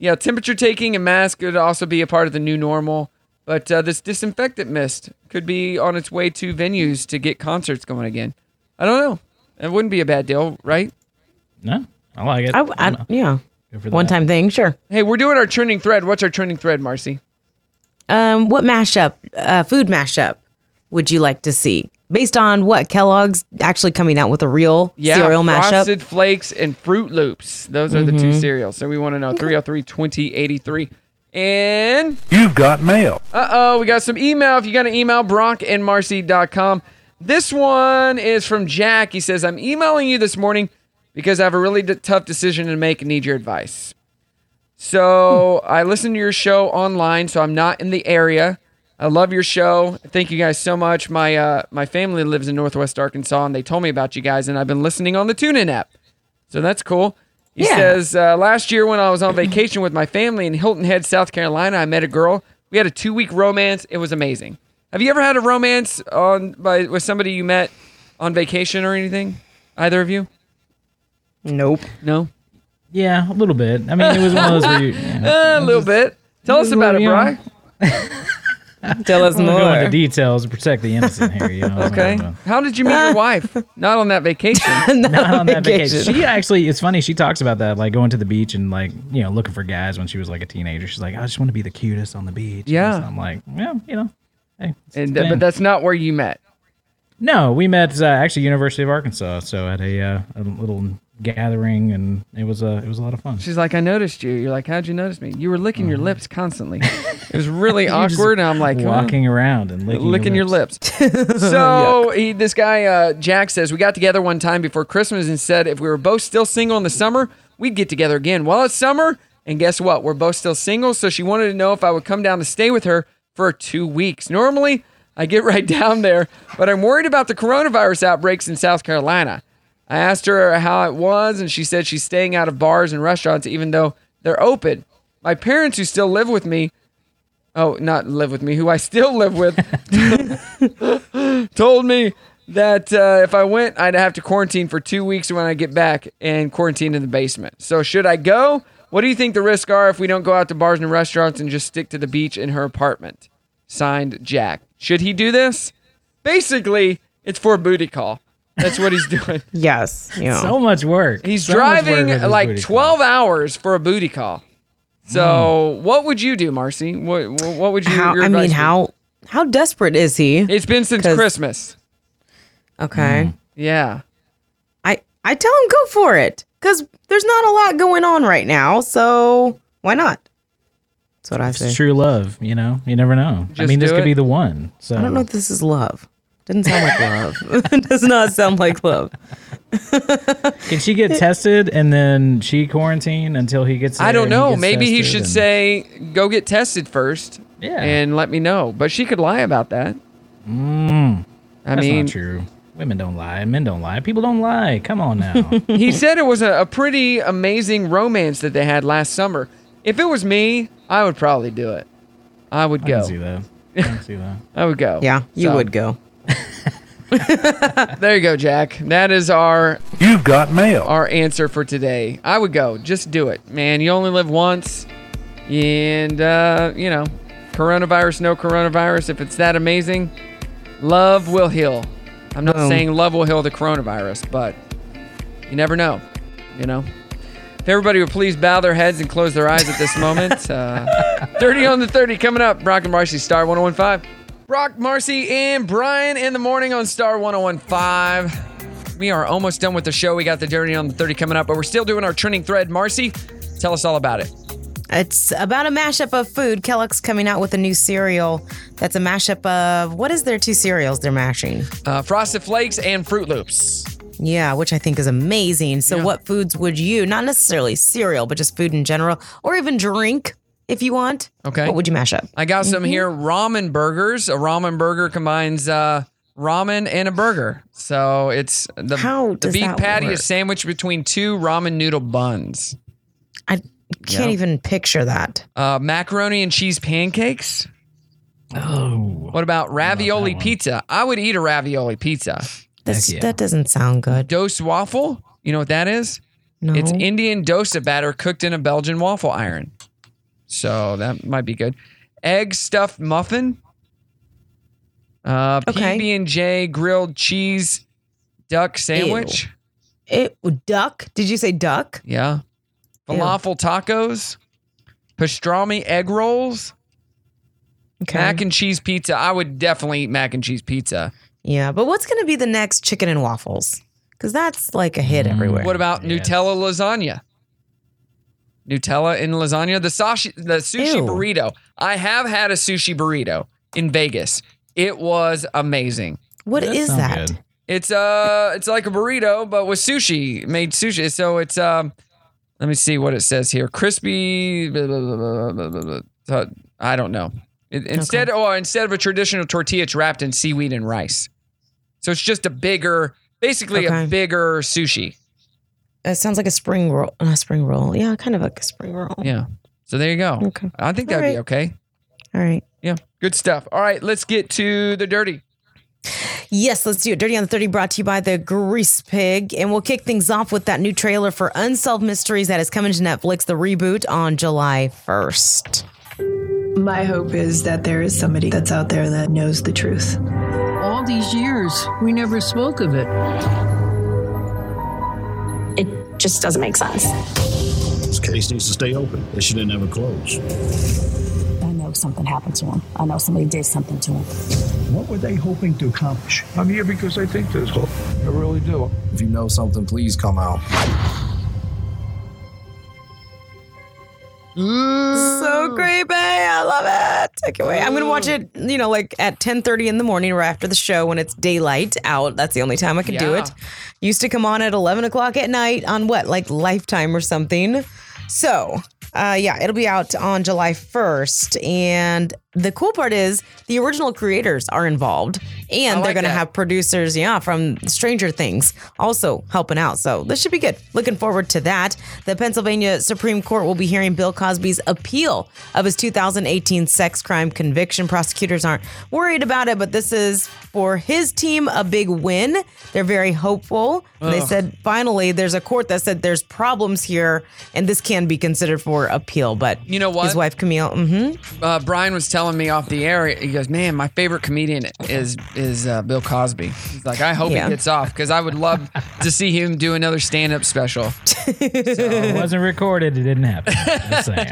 Speaker 7: Yeah, temperature taking and mask could also be a part of the new normal, but uh, this disinfectant mist could be on its way to venues to get concerts going again. I don't know. It wouldn't be a bad deal, right?
Speaker 8: no, I like it.
Speaker 3: I, I- yeah.
Speaker 8: Good for
Speaker 3: One
Speaker 8: that.
Speaker 3: time thing, sure.
Speaker 7: Hey, we're doing our trending thread. What's our trending thread, Marcy?
Speaker 3: Um, what mashup, uh, food mashup, would you like to see? Based on what Kellogg's actually coming out with a real cereal mashup.
Speaker 7: Frosted Flakes and Fruit Loops. Those are the two
Speaker 3: Mhm.
Speaker 7: cereals. So we want to know 303 2083. And
Speaker 1: You've got mail.
Speaker 7: Uh oh, we got some email. If you got an email, brockandmarcy.com. This one is from Jack. He says, I'm emailing you this morning because I have a really d- tough decision to make and need your advice. So I listen to your show online, so I'm not in the area. I love your show. Thank you guys so much. My uh, my family lives in Northwest Arkansas, and they told me about you guys, and I've been listening on the TuneIn app. So that's cool. He says, uh, last year when I was on vacation with my family in Hilton Head, South Carolina, I met a girl. We had a two week romance. It was amazing. Have you ever had a romance on by with somebody you met on vacation or anything? Either of you?
Speaker 3: Nope.
Speaker 7: No.
Speaker 8: Yeah, a little bit. I mean, it was one of those where you. you know,
Speaker 7: a little bit. Tell us about it, Bry.
Speaker 3: Tell us
Speaker 8: I'm gonna Go
Speaker 3: more.
Speaker 8: into details to protect the innocent here. You know. what I'm
Speaker 7: Okay.
Speaker 8: saying?
Speaker 7: Eh, How did you meet your wife? Not on that vacation.
Speaker 8: Not on that vacation. She actually, it's funny. She talks about that, like going to the beach and like you know looking for guys when she was like a teenager. She's like, I just want to be the cutest on the beach.
Speaker 7: Yeah.
Speaker 8: I'm like, yeah, you know.
Speaker 7: And th- but that's not where you met.
Speaker 8: No, we met uh, actually University of Arkansas. So at a, uh, a little gathering, and it was uh, it was a lot of fun.
Speaker 7: She's like, I noticed you. You're like, how'd you notice me? You were licking your lips constantly. It was really awkward. And I'm like, huh?
Speaker 8: walking around and licking,
Speaker 7: licking your lips. so he, this guy uh, Jack says we got together one time before Christmas and said if we were both still single in the summer, we'd get together again. Well, it's summer, and guess what? We're both still single, so she wanted to know if I would come down to stay with her for two weeks. Normally, I get right down there, but I'm worried about the coronavirus outbreaks in South Carolina. I asked her how it was, and she said she's staying out of bars and restaurants even though they're open. My parents, who still live with me, oh, not live with me, who I still live with, told me that uh, if I went, I'd have to quarantine for two weeks when I get back and quarantine in the basement. So, should I go? What do you think the risks are if we don't go out to bars and restaurants and just stick to the beach in her apartment? Signed, Jack. Should he do this? Basically, it's for a booty call. That's what he's doing.
Speaker 3: yes. Yeah.
Speaker 8: So much work.
Speaker 7: He's
Speaker 8: So much work
Speaker 7: driving
Speaker 8: with his
Speaker 7: like
Speaker 8: booty.
Speaker 7: 12 hours for a booty call. So,
Speaker 8: Hmm.
Speaker 7: what would you do, Marcy? What what what would you?
Speaker 3: How,
Speaker 7: your
Speaker 3: I mean,
Speaker 7: advice be?
Speaker 3: how how desperate is he?
Speaker 7: It's been since
Speaker 3: 'Cause-
Speaker 7: Christmas.
Speaker 3: Okay.
Speaker 7: Yeah.
Speaker 3: I I tell him go for it because there's not a lot going on right now, so why not? That's what I say.
Speaker 8: It's true love, you know. You never know. I
Speaker 3: Just
Speaker 8: mean, this
Speaker 3: do
Speaker 8: could
Speaker 3: it.
Speaker 8: be the one. So
Speaker 3: I don't know if this is love. Doesn't sound like love. it does not sound like love.
Speaker 8: Can she get tested and then she quarantine until he gets?
Speaker 7: I
Speaker 8: there
Speaker 7: don't
Speaker 8: and he
Speaker 7: know.
Speaker 8: gets
Speaker 7: Maybe he
Speaker 8: tested
Speaker 7: should
Speaker 8: and-
Speaker 7: say, "Go get tested first,
Speaker 8: Yeah.
Speaker 7: and let me know." But she could lie about that.
Speaker 8: Mm,
Speaker 7: I
Speaker 8: that's
Speaker 7: mean-
Speaker 8: not true. Women don't lie. Men don't lie. People don't lie. Come on now.
Speaker 7: he said it was a, a pretty amazing romance that they had last summer. If it was me, I would probably do it. I would
Speaker 8: I
Speaker 7: go.
Speaker 8: can see that. I can see that.
Speaker 7: I would go.
Speaker 3: Yeah, you would go.
Speaker 7: there you go, Jack. That is our You've got mail. Our answer for today. I would go. Just do it, man. You only live once. And uh, you know, coronavirus, no coronavirus, if it's that amazing, love will heal. I'm not
Speaker 3: Boom.
Speaker 7: saying love will heal the coronavirus, but you never know, you know. If everybody would please bow their heads and close their eyes at this moment. Uh, 30 on the 30 coming up. Brock and Marcy, Star 1015. Brock, Marcy, and Brian in the morning on Star 1015. We are almost done with the show. We got the Dirty on the 30 coming up, but we're still doing our trending thread. Marcy, tell us all about it.
Speaker 3: It's about a mashup of food. Kellogg's coming out with a new cereal that's a mashup of what is their two cereals they're mashing?
Speaker 7: Uh, Frosted Flakes and Fruit Loops.
Speaker 3: Yeah, which I think is amazing. So,
Speaker 7: Yeah.
Speaker 3: what foods would you, not necessarily cereal, but just food in general, or even drink if you want?
Speaker 7: Okay.
Speaker 3: What would you mash up?
Speaker 7: Oh, I got some
Speaker 3: Mhm.
Speaker 7: here ramen burgers. A ramen burger combines uh, ramen and a burger. So it's the,
Speaker 3: How
Speaker 7: the
Speaker 3: does
Speaker 7: beef
Speaker 3: that
Speaker 7: patty
Speaker 3: work?
Speaker 7: is sandwiched between two ramen noodle buns.
Speaker 3: I
Speaker 7: Yeah.
Speaker 3: can't even picture that.
Speaker 7: Uh, macaroni and cheese pancakes.
Speaker 8: Oh.
Speaker 7: What about ravioli pizza? I would eat a ravioli pizza.
Speaker 3: That's,
Speaker 7: yeah.
Speaker 3: That doesn't sound good.
Speaker 7: Dose waffle. You know what that is?
Speaker 3: No.
Speaker 7: It's Indian dosa batter cooked in a Belgian waffle iron. So that might be good. Egg stuffed muffin. Uh,
Speaker 3: Okay.
Speaker 7: PB and J grilled cheese duck sandwich.
Speaker 3: It duck? Did you say duck?
Speaker 7: Yeah.
Speaker 3: Ew.
Speaker 7: Falafel tacos. Pastrami egg rolls.
Speaker 3: Okay.
Speaker 7: Mac and cheese pizza. I would definitely eat mac and cheese pizza.
Speaker 3: Yeah, but what's going to be the next chicken and waffles? Because that's like a hit everywhere.
Speaker 7: Mm. What about Nutella lasagna? Nutella in lasagna. The sashi, the sushi
Speaker 3: Ew.
Speaker 7: burrito. I have had a sushi burrito in Vegas. It was amazing.
Speaker 3: What is that?
Speaker 7: It's uh, it's like a burrito but with sushi made sushi. So it's um, let me see what it says here. Crispy. blah, blah, blah, blah, blah, blah, blah. So, I don't know. It- instead, oh, instead of a traditional tortilla, it's wrapped in seaweed and rice. So it's just a bigger, basically a
Speaker 3: Okay.
Speaker 7: bigger sushi.
Speaker 3: It sounds like a spring roll. Not spring roll. Yeah, kind of like a spring roll.
Speaker 7: Yeah. So there you go.
Speaker 3: Okay.
Speaker 7: I think
Speaker 3: All
Speaker 7: that'd be
Speaker 3: right.
Speaker 7: okay.
Speaker 3: All right.
Speaker 7: Yeah. Good stuff. All right. Let's get to the dirty.
Speaker 3: Yes, let's do it. Dirty on the 30 brought to you by the Grease Pig. And we'll kick things off with that new trailer for Unsolved Mysteries that is coming to Netflix, the reboot on July 1st.
Speaker 16: My hope is that there is somebody that's out there that knows the truth.
Speaker 17: All these years, we never spoke of it.
Speaker 2: It just doesn't make sense.
Speaker 19: This case needs to stay open. It should have never closed.
Speaker 18: I know something happened to him. I know somebody did something to him.
Speaker 20: What were they hoping to accomplish?
Speaker 9: I'm here because I think there's hope. I really do.
Speaker 20: If you know something, please come out.
Speaker 6: Oh.
Speaker 3: so creepy. I love it. Take it away. I'm gonna watch it. You know, like at 10:30 in the morning or after the show when it's daylight out. That's the only time I can do
Speaker 6: Yeah.
Speaker 3: it. Used to come on at 11 o'clock at night on what, like Lifetime or something. So. Uh, yeah, it'll be out on July 1st. And the cool part is the original creators are involved and
Speaker 6: I
Speaker 3: they're
Speaker 6: like
Speaker 3: going to
Speaker 6: that.
Speaker 3: have producers, yeah, from Stranger Things also helping out. So this should be good. Looking forward to that. The Pennsylvania Supreme Court will be hearing Bill Cosby's appeal of his 2018 sex crime conviction. Prosecutors aren't worried about it, but this is for his team a big win. They're very hopeful. And They
Speaker 6: Ugh.
Speaker 3: said finally there's a court that said there's problems here and this can be considered for appeal. But
Speaker 7: You know what?
Speaker 3: His wife Camille. Mm-hmm.
Speaker 7: Uh, Brian was telling me off the air. He goes, "Man, my favorite comedian is is uh, Bill Cosby." He's like, "I hope
Speaker 8: Yeah.
Speaker 7: he gets off because I would love to see him do another stand up special."
Speaker 8: Oh, it wasn't recorded. It didn't happen. Just saying.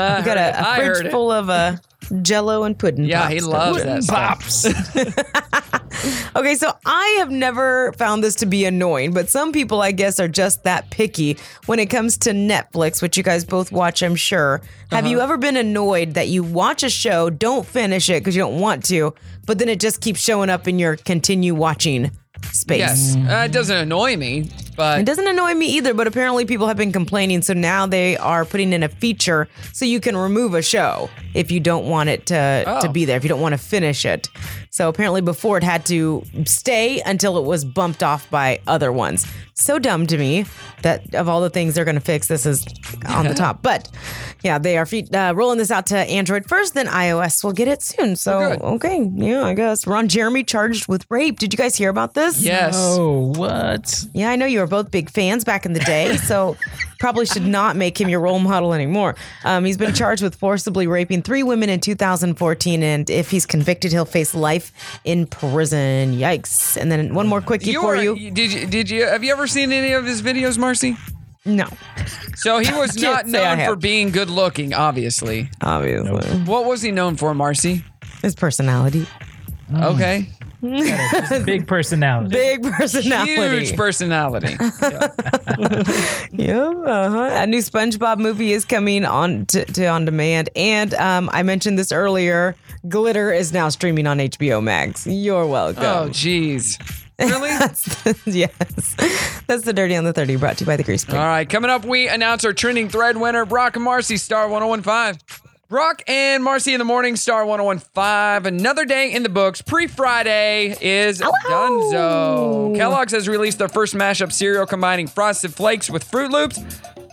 Speaker 7: I
Speaker 3: We've got
Speaker 7: heard it.
Speaker 3: a,
Speaker 7: I
Speaker 3: a
Speaker 7: heard
Speaker 3: fridge
Speaker 7: it.
Speaker 3: full of uh, Jello and pudding.
Speaker 7: Yeah,
Speaker 3: pops.
Speaker 7: he loves that stuff.
Speaker 3: Okay, so I have never found this to be annoying, but some people, I guess, are just that picky when it comes to Netflix, which you guys both watch, I'm sure. Have you ever been annoyed that you watch a show, don't finish it because you don't want to, but then it just keeps showing up in your continue watching space?
Speaker 7: Yes, uh, it doesn't annoy me, but
Speaker 3: It doesn't annoy me either, but apparently people have been complaining, so now they are putting in a feature so you can remove a show if you don't want it to, to
Speaker 6: Oh.
Speaker 3: be there, if you don't want to finish it. So apparently before it had to stay until it was bumped off by other ones. So dumb to me that of all the things they're going to fix, this is on the top. But yeah, they are fe- uh, rolling this out to Android first, then iOS will get it soon. So okay, yeah, I guess. Ron Jeremy charged with rape. Did you guys hear about this?
Speaker 8: Yes. No, Oh, what?
Speaker 3: Yeah, I know you were both big fans back in the day, so probably should not make him your role model anymore. Um, he's been charged with forcibly raping three women in 2014, and if he's convicted, he'll face life in prison. Yikes! And then one more quickie
Speaker 7: You
Speaker 3: for
Speaker 7: were-
Speaker 3: you.
Speaker 7: Did you did you have you ever seen any of his videos, Marcy?
Speaker 3: No.
Speaker 7: So he was not
Speaker 3: Can't say I
Speaker 7: known
Speaker 3: have.
Speaker 7: for being good looking, obviously.
Speaker 3: Obviously.
Speaker 7: What was he known for, Marcy?
Speaker 3: His personality.
Speaker 7: Okay.
Speaker 8: Big personality.
Speaker 3: Big personality.
Speaker 7: Huge personality.
Speaker 3: yeah, uh-huh. a new SpongeBob movie is coming on to, to on demand, and um, I mentioned this earlier. Glitter is now streaming on HBO Max. You're welcome.
Speaker 7: Oh, jeez. Really?
Speaker 3: yes. That's the Dirty on the 30 brought to you by the Grease Pig.
Speaker 7: All right, coming up, we announce our trending thread winner, Brock and Marcy, Star 1015. Brock and Marcy in the morning, Star 1015. Another day in the books. Pre Friday is Dunzo. Kellogg's has released their first mashup cereal combining Frosted Flakes with Fruit Loops.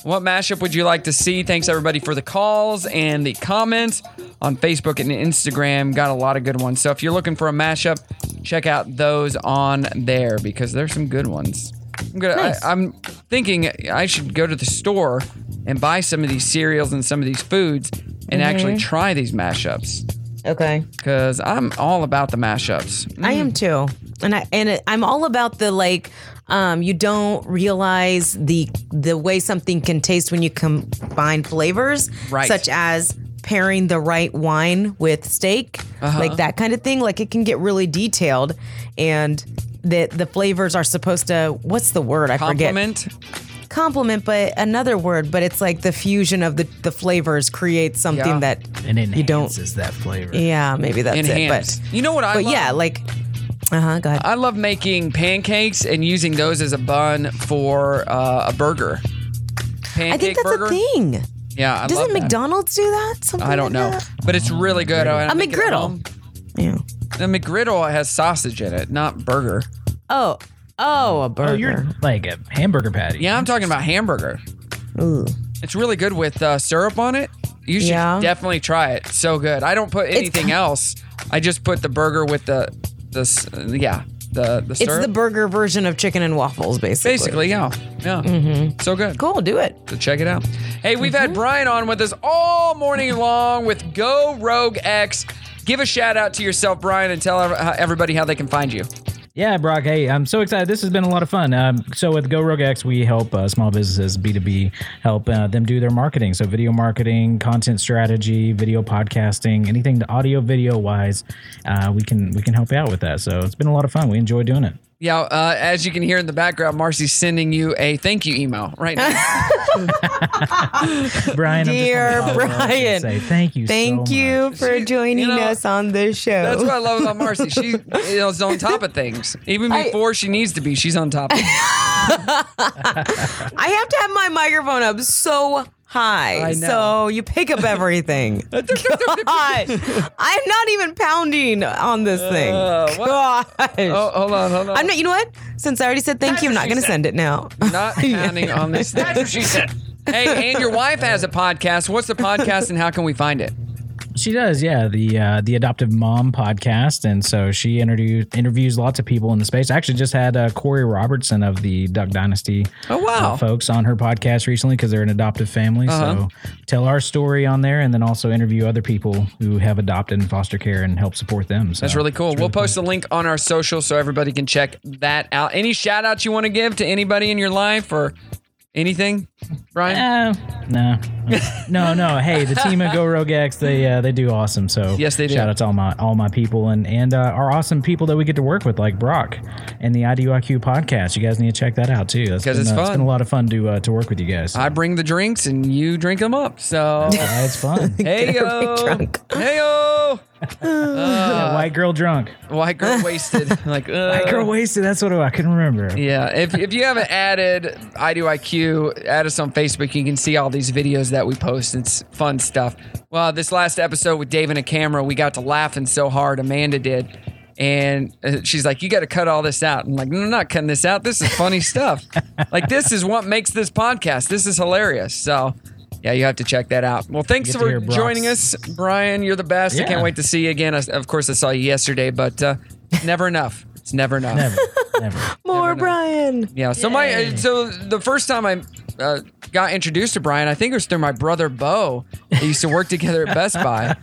Speaker 7: What mashup would you like to see? Thanks everybody for the calls and the comments on Facebook and Instagram. Got a lot of good ones. So if you're looking for a mashup, check out those on there because there's some good ones. I'm gonna.
Speaker 6: Nice.
Speaker 7: I, I'm thinking I should go to the store and buy some of these cereals and some of these foods and actually
Speaker 3: Mhm.
Speaker 7: try these mashups
Speaker 3: Okay.
Speaker 7: because I'm all about the mashups.
Speaker 3: I am too. And I and it, I'm all about the like um, you don't realize the the way something can taste when you combine flavors,
Speaker 6: Right.
Speaker 3: such as pairing the right wine with steak,
Speaker 6: Uh-huh.
Speaker 3: like that kind of thing. Like it can get really detailed, and the the flavors are supposed to. What's the word? I
Speaker 7: Complement?
Speaker 3: forget. Complement, but another word. But it's like the fusion of the the flavors creates something
Speaker 8: Yeah.
Speaker 3: that
Speaker 8: And
Speaker 3: you don't
Speaker 8: enhances that flavor.
Speaker 3: Yeah, maybe that's
Speaker 7: Enhance.
Speaker 3: it. But
Speaker 7: You know what I
Speaker 3: But
Speaker 7: love?
Speaker 3: yeah, like uh huh. Go ahead.
Speaker 7: I love making pancakes and using those as a bun for uh, a burger.
Speaker 3: I think that's a thing.
Speaker 7: Yeah, I love
Speaker 3: Doesn't
Speaker 7: that.
Speaker 3: McDonald's do that? Something
Speaker 7: I don't
Speaker 3: like
Speaker 7: know, but it's really good.
Speaker 3: That?
Speaker 7: I
Speaker 3: A
Speaker 7: make it at home.
Speaker 3: McGriddle. Yeah.
Speaker 7: The McGriddle has sausage in it, not burger.
Speaker 3: Oh, oh, a burger.
Speaker 8: you're like a hamburger patty.
Speaker 7: Yeah, I'm talking about hamburger.
Speaker 3: Ooh.
Speaker 7: It's really good with uh, syrup on it. You should
Speaker 3: Yeah.
Speaker 7: definitely try it. So good. I don't put anything else. I just put the burger with the the s- yeah the the syrup.
Speaker 3: It's the burger version of chicken and waffles, basically.
Speaker 7: Basically, yeah. Yeah.
Speaker 3: Mm-hmm.
Speaker 7: So good.
Speaker 3: Cool. Do it.
Speaker 7: So check it out. Hey, we've had Brian on with us all morning long with Go Rogue X. Give a shout out to yourself, Brian, and tell ev- everybody how they can find you.
Speaker 8: Yeah, Brock. Hey, I'm so excited. This has been a lot of fun. Um, so with Go Rogue X, we help uh, small businesses B2B help uh, them do their marketing. So video marketing, content strategy, video podcasting, anything audio video wise, uh, we can we can help you out with that. So it's been a lot of fun. We enjoy doing it.
Speaker 7: Yeah, uh, as you can hear in the background, Marcy's sending you a thank you email right now.
Speaker 8: Brian, I'm just
Speaker 3: Dear
Speaker 8: wanna follow up
Speaker 3: Brian,
Speaker 8: and say thank you. so
Speaker 3: Thank you for joining us on this show.
Speaker 7: That's what I love about Marcy. She you know, is on top of things. Even before she needs to be, she's on top of it.
Speaker 3: I have to have my microphone up so high,
Speaker 7: I know.
Speaker 3: so you pick up everything.
Speaker 7: Oh,
Speaker 3: God, I'm not even pounding on this thing.
Speaker 7: Uh,
Speaker 3: Gosh.
Speaker 7: Oh, hold on, hold on.
Speaker 3: I'm not. You know what? Since I already said thank you, I'm not going to send it now.
Speaker 7: Not counting on this. That's what she said. Hey, and your wife has a podcast. What's the podcast and how can we find it?
Speaker 8: She does, yeah. The uh, the adoptive mom podcast, and so she interviews interviews lots of people in the space. I actually just had uh, Corey Robertson of the Duck Dynasty,
Speaker 7: Oh, wow.
Speaker 8: uh, folks on her podcast recently because they're an adoptive family.
Speaker 7: Uh-huh.
Speaker 8: So tell our story on there, and then also interview other people who have adopted in foster care and help support them. So
Speaker 7: That's really cool. we'll post a link on our social so everybody can check that out. Any shout outs you want to give to anybody in your life or anything,
Speaker 8: Uh,
Speaker 7: Brian?
Speaker 8: no, no, no. Hey, the team at Go Rogue X, they uh, they do awesome. So
Speaker 7: Yes, they do.
Speaker 8: Shout out to all my all my people and and uh, our awesome people that we get to work with, like Brock and the IDUIQ podcast. You guys need to check that out too. That's
Speaker 7: 'Cause
Speaker 8: been,
Speaker 7: it's
Speaker 8: uh,
Speaker 7: fun.
Speaker 8: It's been a lot of fun to uh, to work with you guys.
Speaker 7: I bring the drinks and you drink them up. So
Speaker 8: Yeah, it's fun.
Speaker 7: hey yo, hey yo,
Speaker 8: Yeah, white girl drunk.
Speaker 7: white girl wasted. Like uh,
Speaker 8: White girl wasted. That's what it was. I couldn't remember.
Speaker 7: Yeah, if, if you haven't added I do IQ, add us on Facebook. You can see all these videos that we post. It's fun stuff. Well, this last episode with Dave and a camera, we got to laughing so hard. Amanda did. And uh, she's like, You got to cut all this out. I'm like, No, I'm not cutting this out. This is funny stuff. like, this is what makes this podcast. This is hilarious. So, yeah, you have to check that out. Well, thanks
Speaker 8: get to
Speaker 7: for
Speaker 8: hear Brock's-
Speaker 7: joining us, Brian. You're the best. I
Speaker 8: Yeah.
Speaker 7: can't wait to see you again. I, of course, I saw you yesterday, but uh, never enough. It's never enough.
Speaker 8: Never.
Speaker 3: More Brian.
Speaker 7: Yeah. So my
Speaker 3: Yay.
Speaker 7: uh, so the first time I uh, got introduced to Brian, I think it was through my brother Bo. They used to work together at Best Buy.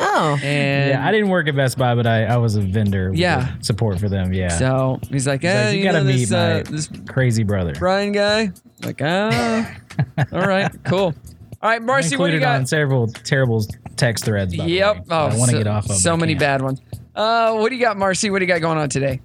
Speaker 3: Oh.
Speaker 7: And
Speaker 8: yeah, I didn't work at Best Buy, but I, I was a vendor. with
Speaker 7: Yeah.
Speaker 8: support for them. Yeah.
Speaker 7: So he's like,
Speaker 8: He's
Speaker 7: eh,
Speaker 8: like, you,
Speaker 7: you,
Speaker 8: gotta
Speaker 7: know,
Speaker 8: meet
Speaker 7: this,
Speaker 8: my
Speaker 7: uh, this
Speaker 8: crazy brother.
Speaker 7: Brian guy. Like, ah, all right, cool. All right, Marcy, what do you
Speaker 8: included on
Speaker 7: got?
Speaker 8: several terrible text threads. by the way,
Speaker 7: Yep.
Speaker 8: that
Speaker 7: Oh,
Speaker 8: I want to
Speaker 7: so,
Speaker 8: get off of.
Speaker 7: so many bad ones. Uh, what do you got, Marcy? What do you got going on today?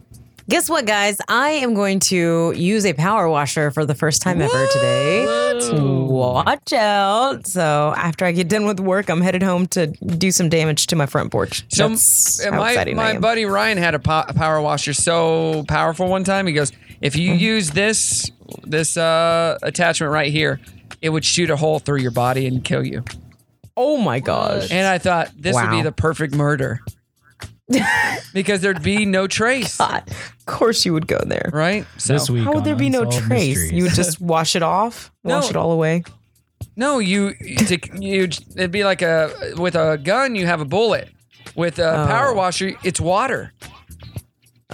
Speaker 3: Guess what, guys? I am going to use a power washer for the first time ever today. Watch out. So, after I get done with work, I'm headed home to do some damage to my front porch.
Speaker 7: So
Speaker 3: That's
Speaker 7: m- uh,
Speaker 3: how
Speaker 7: my,
Speaker 3: exciting I
Speaker 7: my
Speaker 3: am.
Speaker 7: buddy Ryan had a, po- a power washer so powerful one time. He goes, if
Speaker 3: Mm-hmm.
Speaker 7: you use this this uh, attachment right here, it would shoot a hole through your body and kill you.
Speaker 3: oh my gosh.
Speaker 7: And I thought this would be
Speaker 3: Wow.
Speaker 7: the perfect murder because there'd be no trace,
Speaker 3: of course, you would go there.
Speaker 7: right? So
Speaker 8: This week
Speaker 3: How would there
Speaker 8: on
Speaker 3: be no
Speaker 8: Unsolved
Speaker 3: trace?
Speaker 8: Mysteries.
Speaker 3: You would just wash it off,
Speaker 7: No.
Speaker 3: wash it all away.
Speaker 7: no, you to, you it'd be like a with a gun you have a bullet. With a
Speaker 3: Oh.
Speaker 7: power washer, it's water.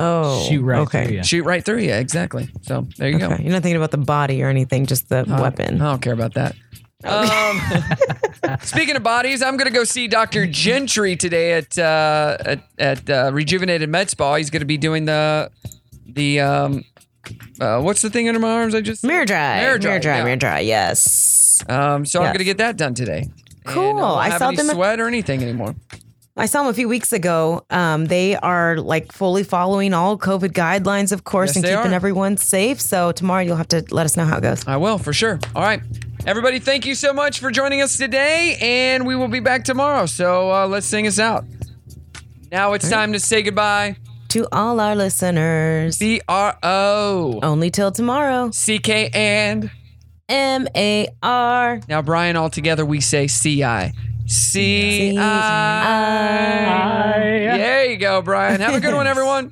Speaker 3: Oh,
Speaker 8: Shoot right
Speaker 3: okay.
Speaker 8: through you.
Speaker 7: Shoot right through you. Exactly. So there you go.
Speaker 3: Okay. You're not thinking about the body or anything, just the
Speaker 7: I-
Speaker 3: weapon.
Speaker 7: I don't care about that. Um, speaking of bodies, I'm going to go see Dr. Gentry today at uh, at, at uh, Rejuvenated Med Spa. He's going to be doing the the um, uh, what's the thing under my arms? I just
Speaker 3: Mirror dry.
Speaker 7: Mirror dry,
Speaker 3: Mirror dry.
Speaker 7: yeah.
Speaker 3: Mirror dry. Yes.
Speaker 7: um, so I'm
Speaker 3: Yes.
Speaker 7: going to get that done today.
Speaker 3: Cool.
Speaker 7: And I, won't
Speaker 3: I
Speaker 7: have
Speaker 3: saw
Speaker 7: any
Speaker 3: them at-
Speaker 7: sweat or anything anymore.
Speaker 3: I saw them a few weeks ago. Um, they are like fully following all COVID guidelines, of course,
Speaker 7: Yes,
Speaker 3: and
Speaker 7: they
Speaker 3: keeping
Speaker 7: are.
Speaker 3: everyone safe. So tomorrow you'll have to let us know how it goes.
Speaker 7: I will for sure. All right. Everybody, thank you so much for joining us today, and we will be back tomorrow. So uh, let's sing us out. Now it's time to say goodbye.
Speaker 3: To all our listeners,
Speaker 7: B R O.
Speaker 3: only till tomorrow.
Speaker 7: C K and
Speaker 3: M A R
Speaker 7: now Brian all together we say C I. C I. There you go, Brian. Have a good one, everyone.